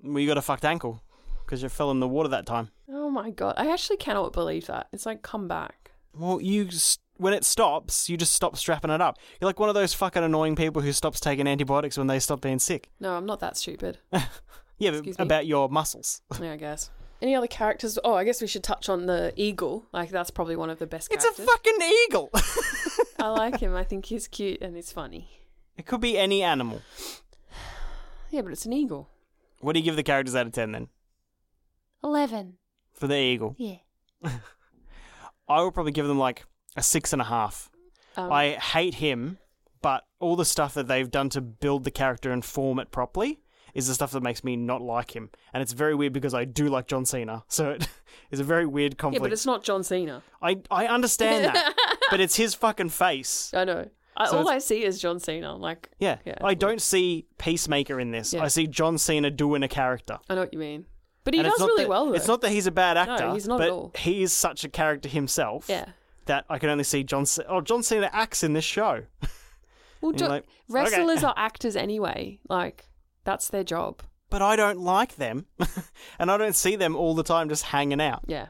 [SPEAKER 1] Well, you got a fucked ankle because you fell in the water that time.
[SPEAKER 2] Oh my god, I actually cannot believe that. It's like come back.
[SPEAKER 1] Well, you s when it stops, you just stop strapping it up. You're like one of those fucking annoying people who stops taking antibiotics when they stop being sick.
[SPEAKER 2] No, I'm not that stupid.
[SPEAKER 1] Yeah, but
[SPEAKER 2] Excuse me?
[SPEAKER 1] about your muscles.
[SPEAKER 2] yeah, I guess. Any other characters? Oh, I guess we should touch on the eagle. Like that's probably one of the best
[SPEAKER 1] It's
[SPEAKER 2] characters.
[SPEAKER 1] a fucking eagle.
[SPEAKER 2] I like him. I think he's cute and he's funny.
[SPEAKER 1] it could be any animal.
[SPEAKER 2] Yeah, but it's an eagle.
[SPEAKER 1] What do you give the characters out of 10 then?
[SPEAKER 3] 11.
[SPEAKER 1] For the eagle.
[SPEAKER 3] Yeah.
[SPEAKER 1] I would probably give them like a six and a half.
[SPEAKER 2] Um,
[SPEAKER 1] I hate him, but all the stuff that they've done to build the character and form it properly is the stuff that makes me not like him. And it's very weird because I do like John Cena. So it is a very weird
[SPEAKER 2] yeah,
[SPEAKER 1] conflict.
[SPEAKER 2] but it's not John Cena.
[SPEAKER 1] I, I understand that, but it's his fucking face.
[SPEAKER 2] I know. I,
[SPEAKER 1] So
[SPEAKER 2] all
[SPEAKER 1] it's-
[SPEAKER 2] I see is John Cena. Like
[SPEAKER 1] Yeah.
[SPEAKER 2] Yeah.
[SPEAKER 1] I don't see Peacemaker in this.
[SPEAKER 2] Yeah.
[SPEAKER 1] I see John Cena doing a character.
[SPEAKER 2] I know what you mean. But he
[SPEAKER 1] And it's
[SPEAKER 2] does
[SPEAKER 1] not
[SPEAKER 2] really
[SPEAKER 1] that-
[SPEAKER 2] well. Though.
[SPEAKER 1] It's not that he's a bad actor.
[SPEAKER 2] he's not at
[SPEAKER 1] but
[SPEAKER 2] all.
[SPEAKER 1] He is such a character himself.
[SPEAKER 2] Yeah.
[SPEAKER 1] That I can only see John. C- oh, John Cena acts in this show.
[SPEAKER 2] Well,
[SPEAKER 1] And you're
[SPEAKER 2] jo-
[SPEAKER 1] like,
[SPEAKER 2] wrestlers are actors anyway. Like that's their job.
[SPEAKER 1] but I don't like them, and I don't see them all the time just hanging out.
[SPEAKER 2] Yeah.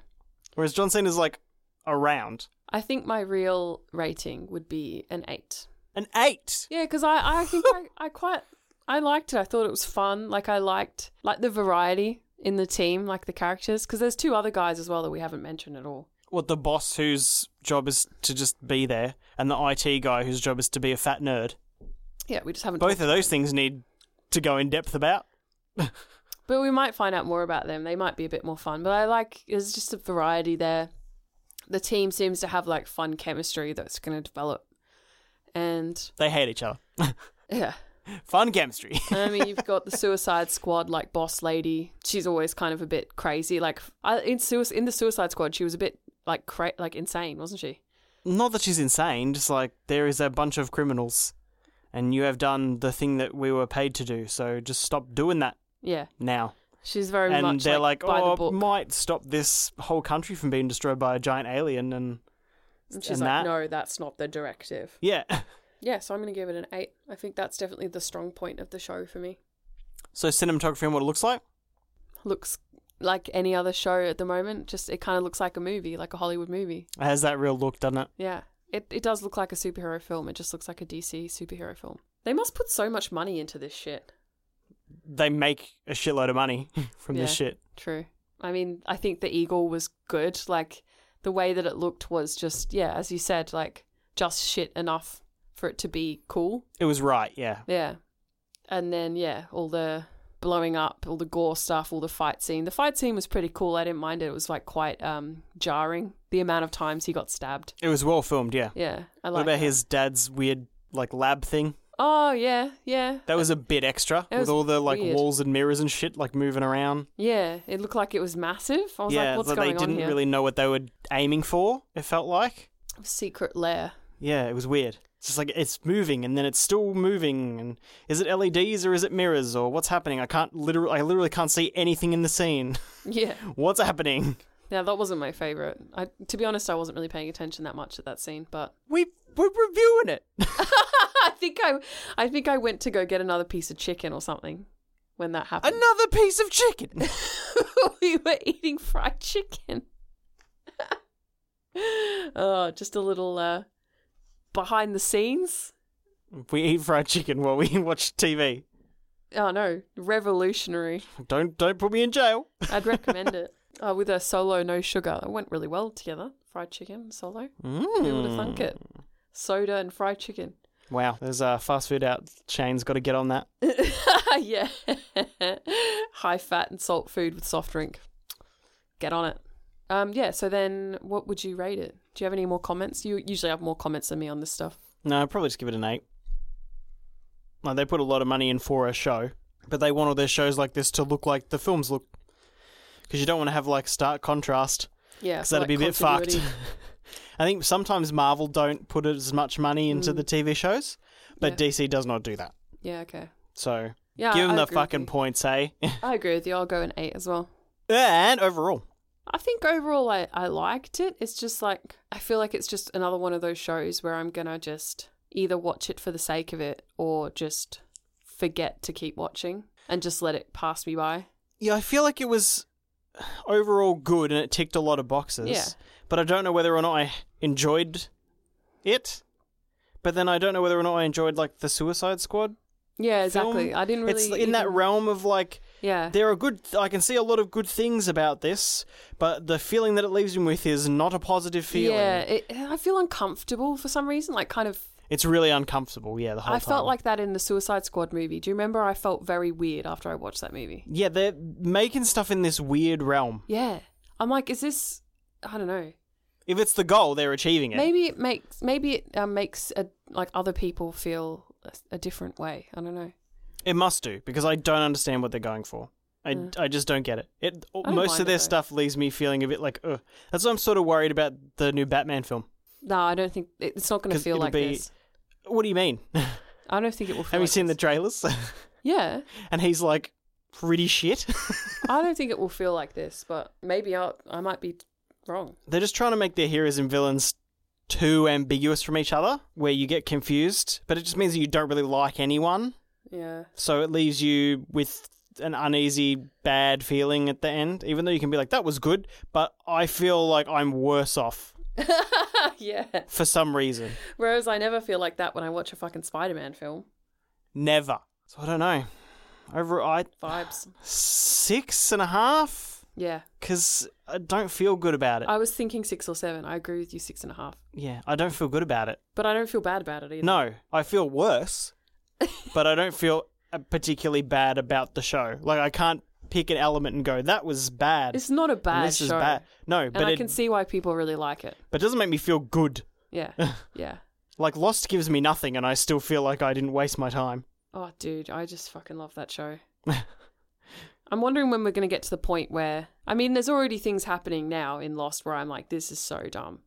[SPEAKER 1] Whereas John Cena's like around
[SPEAKER 2] I think my real rating would be an eight.
[SPEAKER 1] an eight.
[SPEAKER 2] Yeah, because I, I think I, I quite I liked it. I thought it was fun. Like I liked like the variety in the team, like the characters. Because there's two other guys as well that we haven't mentioned at all.
[SPEAKER 1] What the boss whose job is to just be there, and the IT guy whose job is to be a fat nerd.
[SPEAKER 2] Yeah, we just haven't.
[SPEAKER 1] Both
[SPEAKER 2] talked-
[SPEAKER 1] of those things need to go in depth about.
[SPEAKER 2] but we might find out more about them. They might be a bit more fun. But I like there's just a variety there. The team seems to have like fun chemistry that's going to develop. And
[SPEAKER 1] They hate each other.
[SPEAKER 2] yeah,
[SPEAKER 1] Fun chemistry.
[SPEAKER 2] I mean, you've got the Suicide Squad, like boss lady. She's always kind of a bit crazy. Like I, in suicide, in the Suicide Squad, she was a bit like cra- like insane, wasn't she?
[SPEAKER 1] Not that she's insane, just like there is a bunch of criminals, and you have done the thing that we were paid to do. So just stop doing that
[SPEAKER 2] Yeah,
[SPEAKER 1] now.
[SPEAKER 2] she's very
[SPEAKER 1] and
[SPEAKER 2] much
[SPEAKER 1] they're like,
[SPEAKER 2] by the
[SPEAKER 1] oh,
[SPEAKER 2] book.
[SPEAKER 1] might stop this whole country from being destroyed by a giant alien. And
[SPEAKER 2] and she's
[SPEAKER 1] and
[SPEAKER 2] like,
[SPEAKER 1] that.
[SPEAKER 2] no, that's not the directive.
[SPEAKER 1] yeah,
[SPEAKER 2] Yeah, so I'm gonna give it an eight. I think that's definitely the strong point of the show for me.
[SPEAKER 1] so cinematography and what it looks like.
[SPEAKER 2] Looks like any other show at the moment. Just it kind of looks like a movie, like a Hollywood movie.
[SPEAKER 1] It has that real look, doesn't it?
[SPEAKER 2] Yeah. It, it does look like a superhero film. It just looks like a DC superhero film. They must put so much money into this shit.
[SPEAKER 1] They make a shitload of money from this
[SPEAKER 2] Yeah.
[SPEAKER 1] shit.
[SPEAKER 2] True. I mean, I think the eagle was good. Like the way that it looked was just yeah, as you said, like just shit enough for it to be cool.
[SPEAKER 1] It was right, yeah.
[SPEAKER 2] Yeah. And then, yeah, all the blowing up, all the gore stuff, all the fight scene. The fight scene was pretty cool. I didn't mind it. It was like quite um, jarring the amount of times he got stabbed.
[SPEAKER 1] It was well filmed, yeah.
[SPEAKER 2] Yeah. I
[SPEAKER 1] what
[SPEAKER 2] like
[SPEAKER 1] about his dad's weird like lab thing?
[SPEAKER 2] Oh, yeah. Yeah.
[SPEAKER 1] That was a bit extra
[SPEAKER 2] That
[SPEAKER 1] with
[SPEAKER 2] was
[SPEAKER 1] all the like
[SPEAKER 2] weird.
[SPEAKER 1] walls and mirrors and shit like moving around.
[SPEAKER 2] Yeah. It looked like it was massive. I was
[SPEAKER 1] yeah,
[SPEAKER 2] like, what's
[SPEAKER 1] it's like
[SPEAKER 2] going
[SPEAKER 1] they didn't
[SPEAKER 2] on here?
[SPEAKER 1] really know what they were aiming for, it felt like.
[SPEAKER 2] Secret lair.
[SPEAKER 1] Yeah, it was weird. It's just like it's moving and then it's still moving and is it LEDs or is it mirrors or what's happening? I can't literally I literally can't see anything in the scene.
[SPEAKER 2] Yeah.
[SPEAKER 1] what's happening?
[SPEAKER 2] Now, that wasn't my favorite. I, to be honest, I wasn't really paying attention that much at that scene, but
[SPEAKER 1] We we're reviewing it.
[SPEAKER 2] I think I, I think I went to go get another piece of chicken or something when that happened.
[SPEAKER 1] Another piece of chicken.
[SPEAKER 2] we were eating fried chicken. oh, just a little uh, behind the scenes.
[SPEAKER 1] we eat fried chicken while we watch TV.
[SPEAKER 2] Oh no, revolutionary.
[SPEAKER 1] Don't don't put me in jail.
[SPEAKER 2] I'd recommend it. Oh, with a solo no sugar. It went really well together. Fried chicken, solo. Who would have thunk it? Soda and fried chicken.
[SPEAKER 1] Wow, there's uh, fast food out chains got to get on that.
[SPEAKER 2] yeah. High fat and salt food with soft drink. Get on it. Um, yeah, so then what would you rate it? Do you have any more comments? You usually have more comments than me on this stuff.
[SPEAKER 1] No, I'd probably just give it an eight. Like they put a lot of money in for a show, but they want all their shows like this to look like the films look, because you don't want to have like stark contrast,
[SPEAKER 2] Yeah.
[SPEAKER 1] because
[SPEAKER 2] for,
[SPEAKER 1] that'd
[SPEAKER 2] like,
[SPEAKER 1] be a bit
[SPEAKER 2] continuity.
[SPEAKER 1] fucked. I think sometimes Marvel don't put as much money into the TV shows, but
[SPEAKER 2] Mm. Yeah.
[SPEAKER 1] DC does not do that.
[SPEAKER 2] Yeah, okay.
[SPEAKER 1] So
[SPEAKER 2] Yeah,
[SPEAKER 1] give them
[SPEAKER 2] I
[SPEAKER 1] the
[SPEAKER 2] agree with
[SPEAKER 1] fucking
[SPEAKER 2] you.
[SPEAKER 1] points, hey.
[SPEAKER 2] I agree with you. I'll go an eight as well.
[SPEAKER 1] and overall,
[SPEAKER 2] I think overall I, I liked it. It's just like, I feel like it's just another one of those shows where I'm going to just either watch it for the sake of it or just forget to keep watching and just let it pass me by.
[SPEAKER 1] yeah, I feel like it was overall good and it ticked a lot of boxes.
[SPEAKER 2] Yeah.
[SPEAKER 1] But I don't know whether or not I enjoyed it. But then I don't know whether or not I enjoyed like the Suicide Squad.
[SPEAKER 2] Yeah,
[SPEAKER 1] film.
[SPEAKER 2] exactly. I didn't really.
[SPEAKER 1] It's in that
[SPEAKER 2] even-
[SPEAKER 1] realm of like
[SPEAKER 2] Yeah.
[SPEAKER 1] there are good. I can see a lot of good things about this, but the feeling that it leaves me with is not a positive feeling.
[SPEAKER 2] Yeah, it, I feel uncomfortable for some reason. Like, kind of.
[SPEAKER 1] It's really uncomfortable. Yeah, the whole
[SPEAKER 2] I
[SPEAKER 1] time.
[SPEAKER 2] felt like that in the Suicide Squad movie. Do you remember? I felt very weird after I watched that movie.
[SPEAKER 1] yeah, they're making stuff in this weird realm.
[SPEAKER 2] Yeah, I'm like, is this? I don't know.
[SPEAKER 1] If it's the goal, they're achieving it.
[SPEAKER 2] Maybe it makes maybe it um, makes uh like other people feel a, a different way. I don't know.
[SPEAKER 1] It must do because I don't understand what they're going for. I, I just don't get it. It
[SPEAKER 2] don't
[SPEAKER 1] most of
[SPEAKER 2] mind it,
[SPEAKER 1] their
[SPEAKER 2] though.
[SPEAKER 1] stuff leaves me feeling a bit like ugh. That's why I'm sort of worried about the new Batman film.
[SPEAKER 2] No, I don't think it- it's not going to
[SPEAKER 1] 'Cause
[SPEAKER 2] feel
[SPEAKER 1] it'll
[SPEAKER 2] like
[SPEAKER 1] be-
[SPEAKER 2] this.
[SPEAKER 1] What do you mean?
[SPEAKER 2] I don't think it will. Feel
[SPEAKER 1] Have you
[SPEAKER 2] like
[SPEAKER 1] seen the
[SPEAKER 2] this.
[SPEAKER 1] trailers?
[SPEAKER 2] Yeah,
[SPEAKER 1] and he's like pretty shit.
[SPEAKER 2] I don't think it will feel like this. But maybe I I might be wrong.
[SPEAKER 1] they're just trying to make their heroes and villains too ambiguous from each other, where you get confused. But it just means that you don't really like anyone,
[SPEAKER 2] Yeah.
[SPEAKER 1] so it leaves you with an uneasy, bad feeling at the end. Even though you can be like, "That was good," but I feel like I'm worse off
[SPEAKER 2] yeah.
[SPEAKER 1] for some reason.
[SPEAKER 2] Whereas I never feel like that when I watch a fucking Spider Man film.
[SPEAKER 1] Never. So I don't know. Over I
[SPEAKER 2] Vibes.
[SPEAKER 1] six and a half
[SPEAKER 2] Yeah.
[SPEAKER 1] because I don't feel good about it.
[SPEAKER 2] I was thinking six or seven. I agree with you, six and a half.
[SPEAKER 1] yeah, I don't feel good about it.
[SPEAKER 2] But I don't feel bad about it either.
[SPEAKER 1] No, I feel worse, but I don't feel uh, particularly bad about the show. Like I can't pick an element and go that was bad.
[SPEAKER 2] It's not a
[SPEAKER 1] and
[SPEAKER 2] bad
[SPEAKER 1] this
[SPEAKER 2] show.
[SPEAKER 1] is bad. No,
[SPEAKER 2] And
[SPEAKER 1] but
[SPEAKER 2] I
[SPEAKER 1] it,
[SPEAKER 2] can see why people really like it.
[SPEAKER 1] but it doesn't make me feel good.
[SPEAKER 2] Yeah. yeah.
[SPEAKER 1] Like Lost gives me nothing, and I still feel like I didn't waste my time.
[SPEAKER 2] Oh, dude, I just fucking love that show. I'm wondering when we're going to get to the point where. I mean, there's already things happening now in Lost where I'm like, this is so dumb.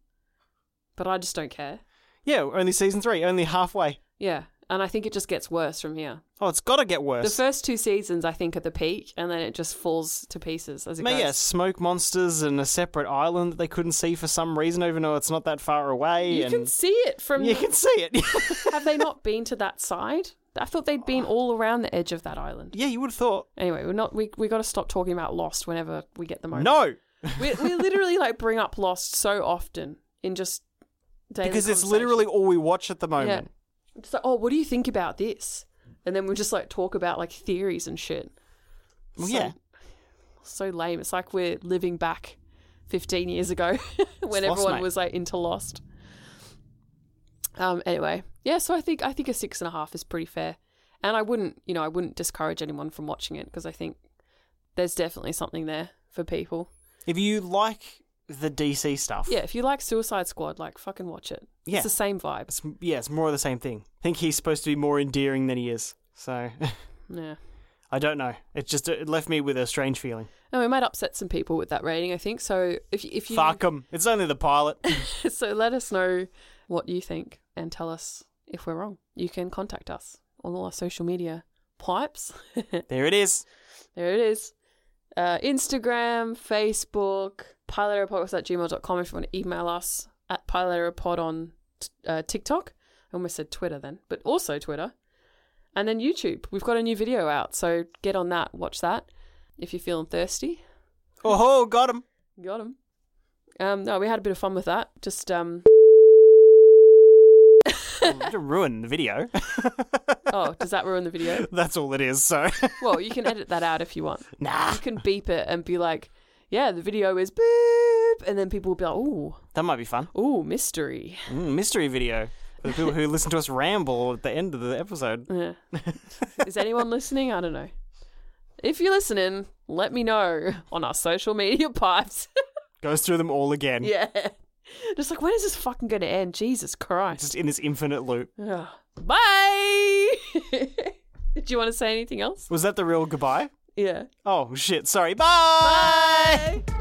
[SPEAKER 2] But I just don't care.
[SPEAKER 1] Yeah, only season three, only halfway.
[SPEAKER 2] Yeah. And I think it just gets worse from here.
[SPEAKER 1] Oh, it's got to get worse.
[SPEAKER 2] The first two seasons, I think, are the peak, and then it just falls to pieces as it
[SPEAKER 1] Ma-
[SPEAKER 2] goes.
[SPEAKER 1] yeah, smoke monsters and a separate island that they couldn't see for some reason, even though it's not that far away.
[SPEAKER 2] you
[SPEAKER 1] and
[SPEAKER 2] can see it from.
[SPEAKER 1] you can see it.
[SPEAKER 2] have they not been to that side? I thought they'd been all around the edge of that island.
[SPEAKER 1] yeah, you would have thought.
[SPEAKER 2] Anyway, we're not. We we got to stop talking about Lost whenever we get the moment.
[SPEAKER 1] No,
[SPEAKER 2] we we literally like bring up Lost so often in just daily
[SPEAKER 1] because it's
[SPEAKER 2] conversation.
[SPEAKER 1] literally all we watch at the
[SPEAKER 2] yeah.
[SPEAKER 1] moment.
[SPEAKER 2] It's like, oh, what do you think about this? And then we just like talk about like theories and shit.
[SPEAKER 1] Well,
[SPEAKER 2] So-
[SPEAKER 1] yeah.
[SPEAKER 2] so lame. It's like we're living back 15 years ago when
[SPEAKER 1] Lost,
[SPEAKER 2] everyone
[SPEAKER 1] mate.
[SPEAKER 2] was like into Lost. Um, anyway, yeah. So I think I think a six and a half is pretty fair, and I wouldn't, you know, I wouldn't discourage anyone from watching it because I think there's definitely something there for people.
[SPEAKER 1] If you like the DC stuff,
[SPEAKER 2] Yeah, if you like Suicide Squad, like fucking watch it.
[SPEAKER 1] Yeah.
[SPEAKER 2] It's the same vibe.
[SPEAKER 1] it's, yeah, it's more of the same thing. I think he's supposed to be more endearing than he is. So
[SPEAKER 2] Yeah.
[SPEAKER 1] I don't know. It just it left me with a strange feeling.
[SPEAKER 2] No, we might upset some people with that rating, I think. So if you- if you
[SPEAKER 1] Fuck 'em. It's only the pilot.
[SPEAKER 2] so let us know what you think and tell us if we're wrong. You can contact us on all our social media pipes.
[SPEAKER 1] there it is.
[SPEAKER 2] There it is. Uh, Instagram, Facebook, piloterapodcast at gmail.com if you want to email us at piloterapod on t- uh, TikTok. I almost said Twitter then, but also Twitter. And then YouTube. We've got a new video out, so get on that, watch that if you're feeling thirsty.
[SPEAKER 1] Oh, got him.
[SPEAKER 2] Got him. Um, no, we had a bit of fun with that. Just, um,
[SPEAKER 1] to ruin the video.
[SPEAKER 2] oh, does that ruin the video?
[SPEAKER 1] That's all it is. So
[SPEAKER 2] Well, you can edit that out if you want.
[SPEAKER 1] nah,
[SPEAKER 2] You can beep it and be like, yeah, the video is boop. And then people will be like, ooh,
[SPEAKER 1] that might be fun.
[SPEAKER 2] ooh, mystery.
[SPEAKER 1] Mm, mystery video for the people who listen to us ramble at the end of the episode.
[SPEAKER 2] Yeah. Is anyone listening? I don't know. If you're listening, let me know on our social media pipes.
[SPEAKER 1] Goes through them all again.
[SPEAKER 2] yeah. Just like, when is this fucking going to end? Jesus Christ.
[SPEAKER 1] Just in this infinite loop.
[SPEAKER 2] Ugh. Bye. Do you want to say anything else?
[SPEAKER 1] Was that the real goodbye?
[SPEAKER 2] Yeah.
[SPEAKER 1] Oh shit! Sorry. Bye.
[SPEAKER 2] Bye.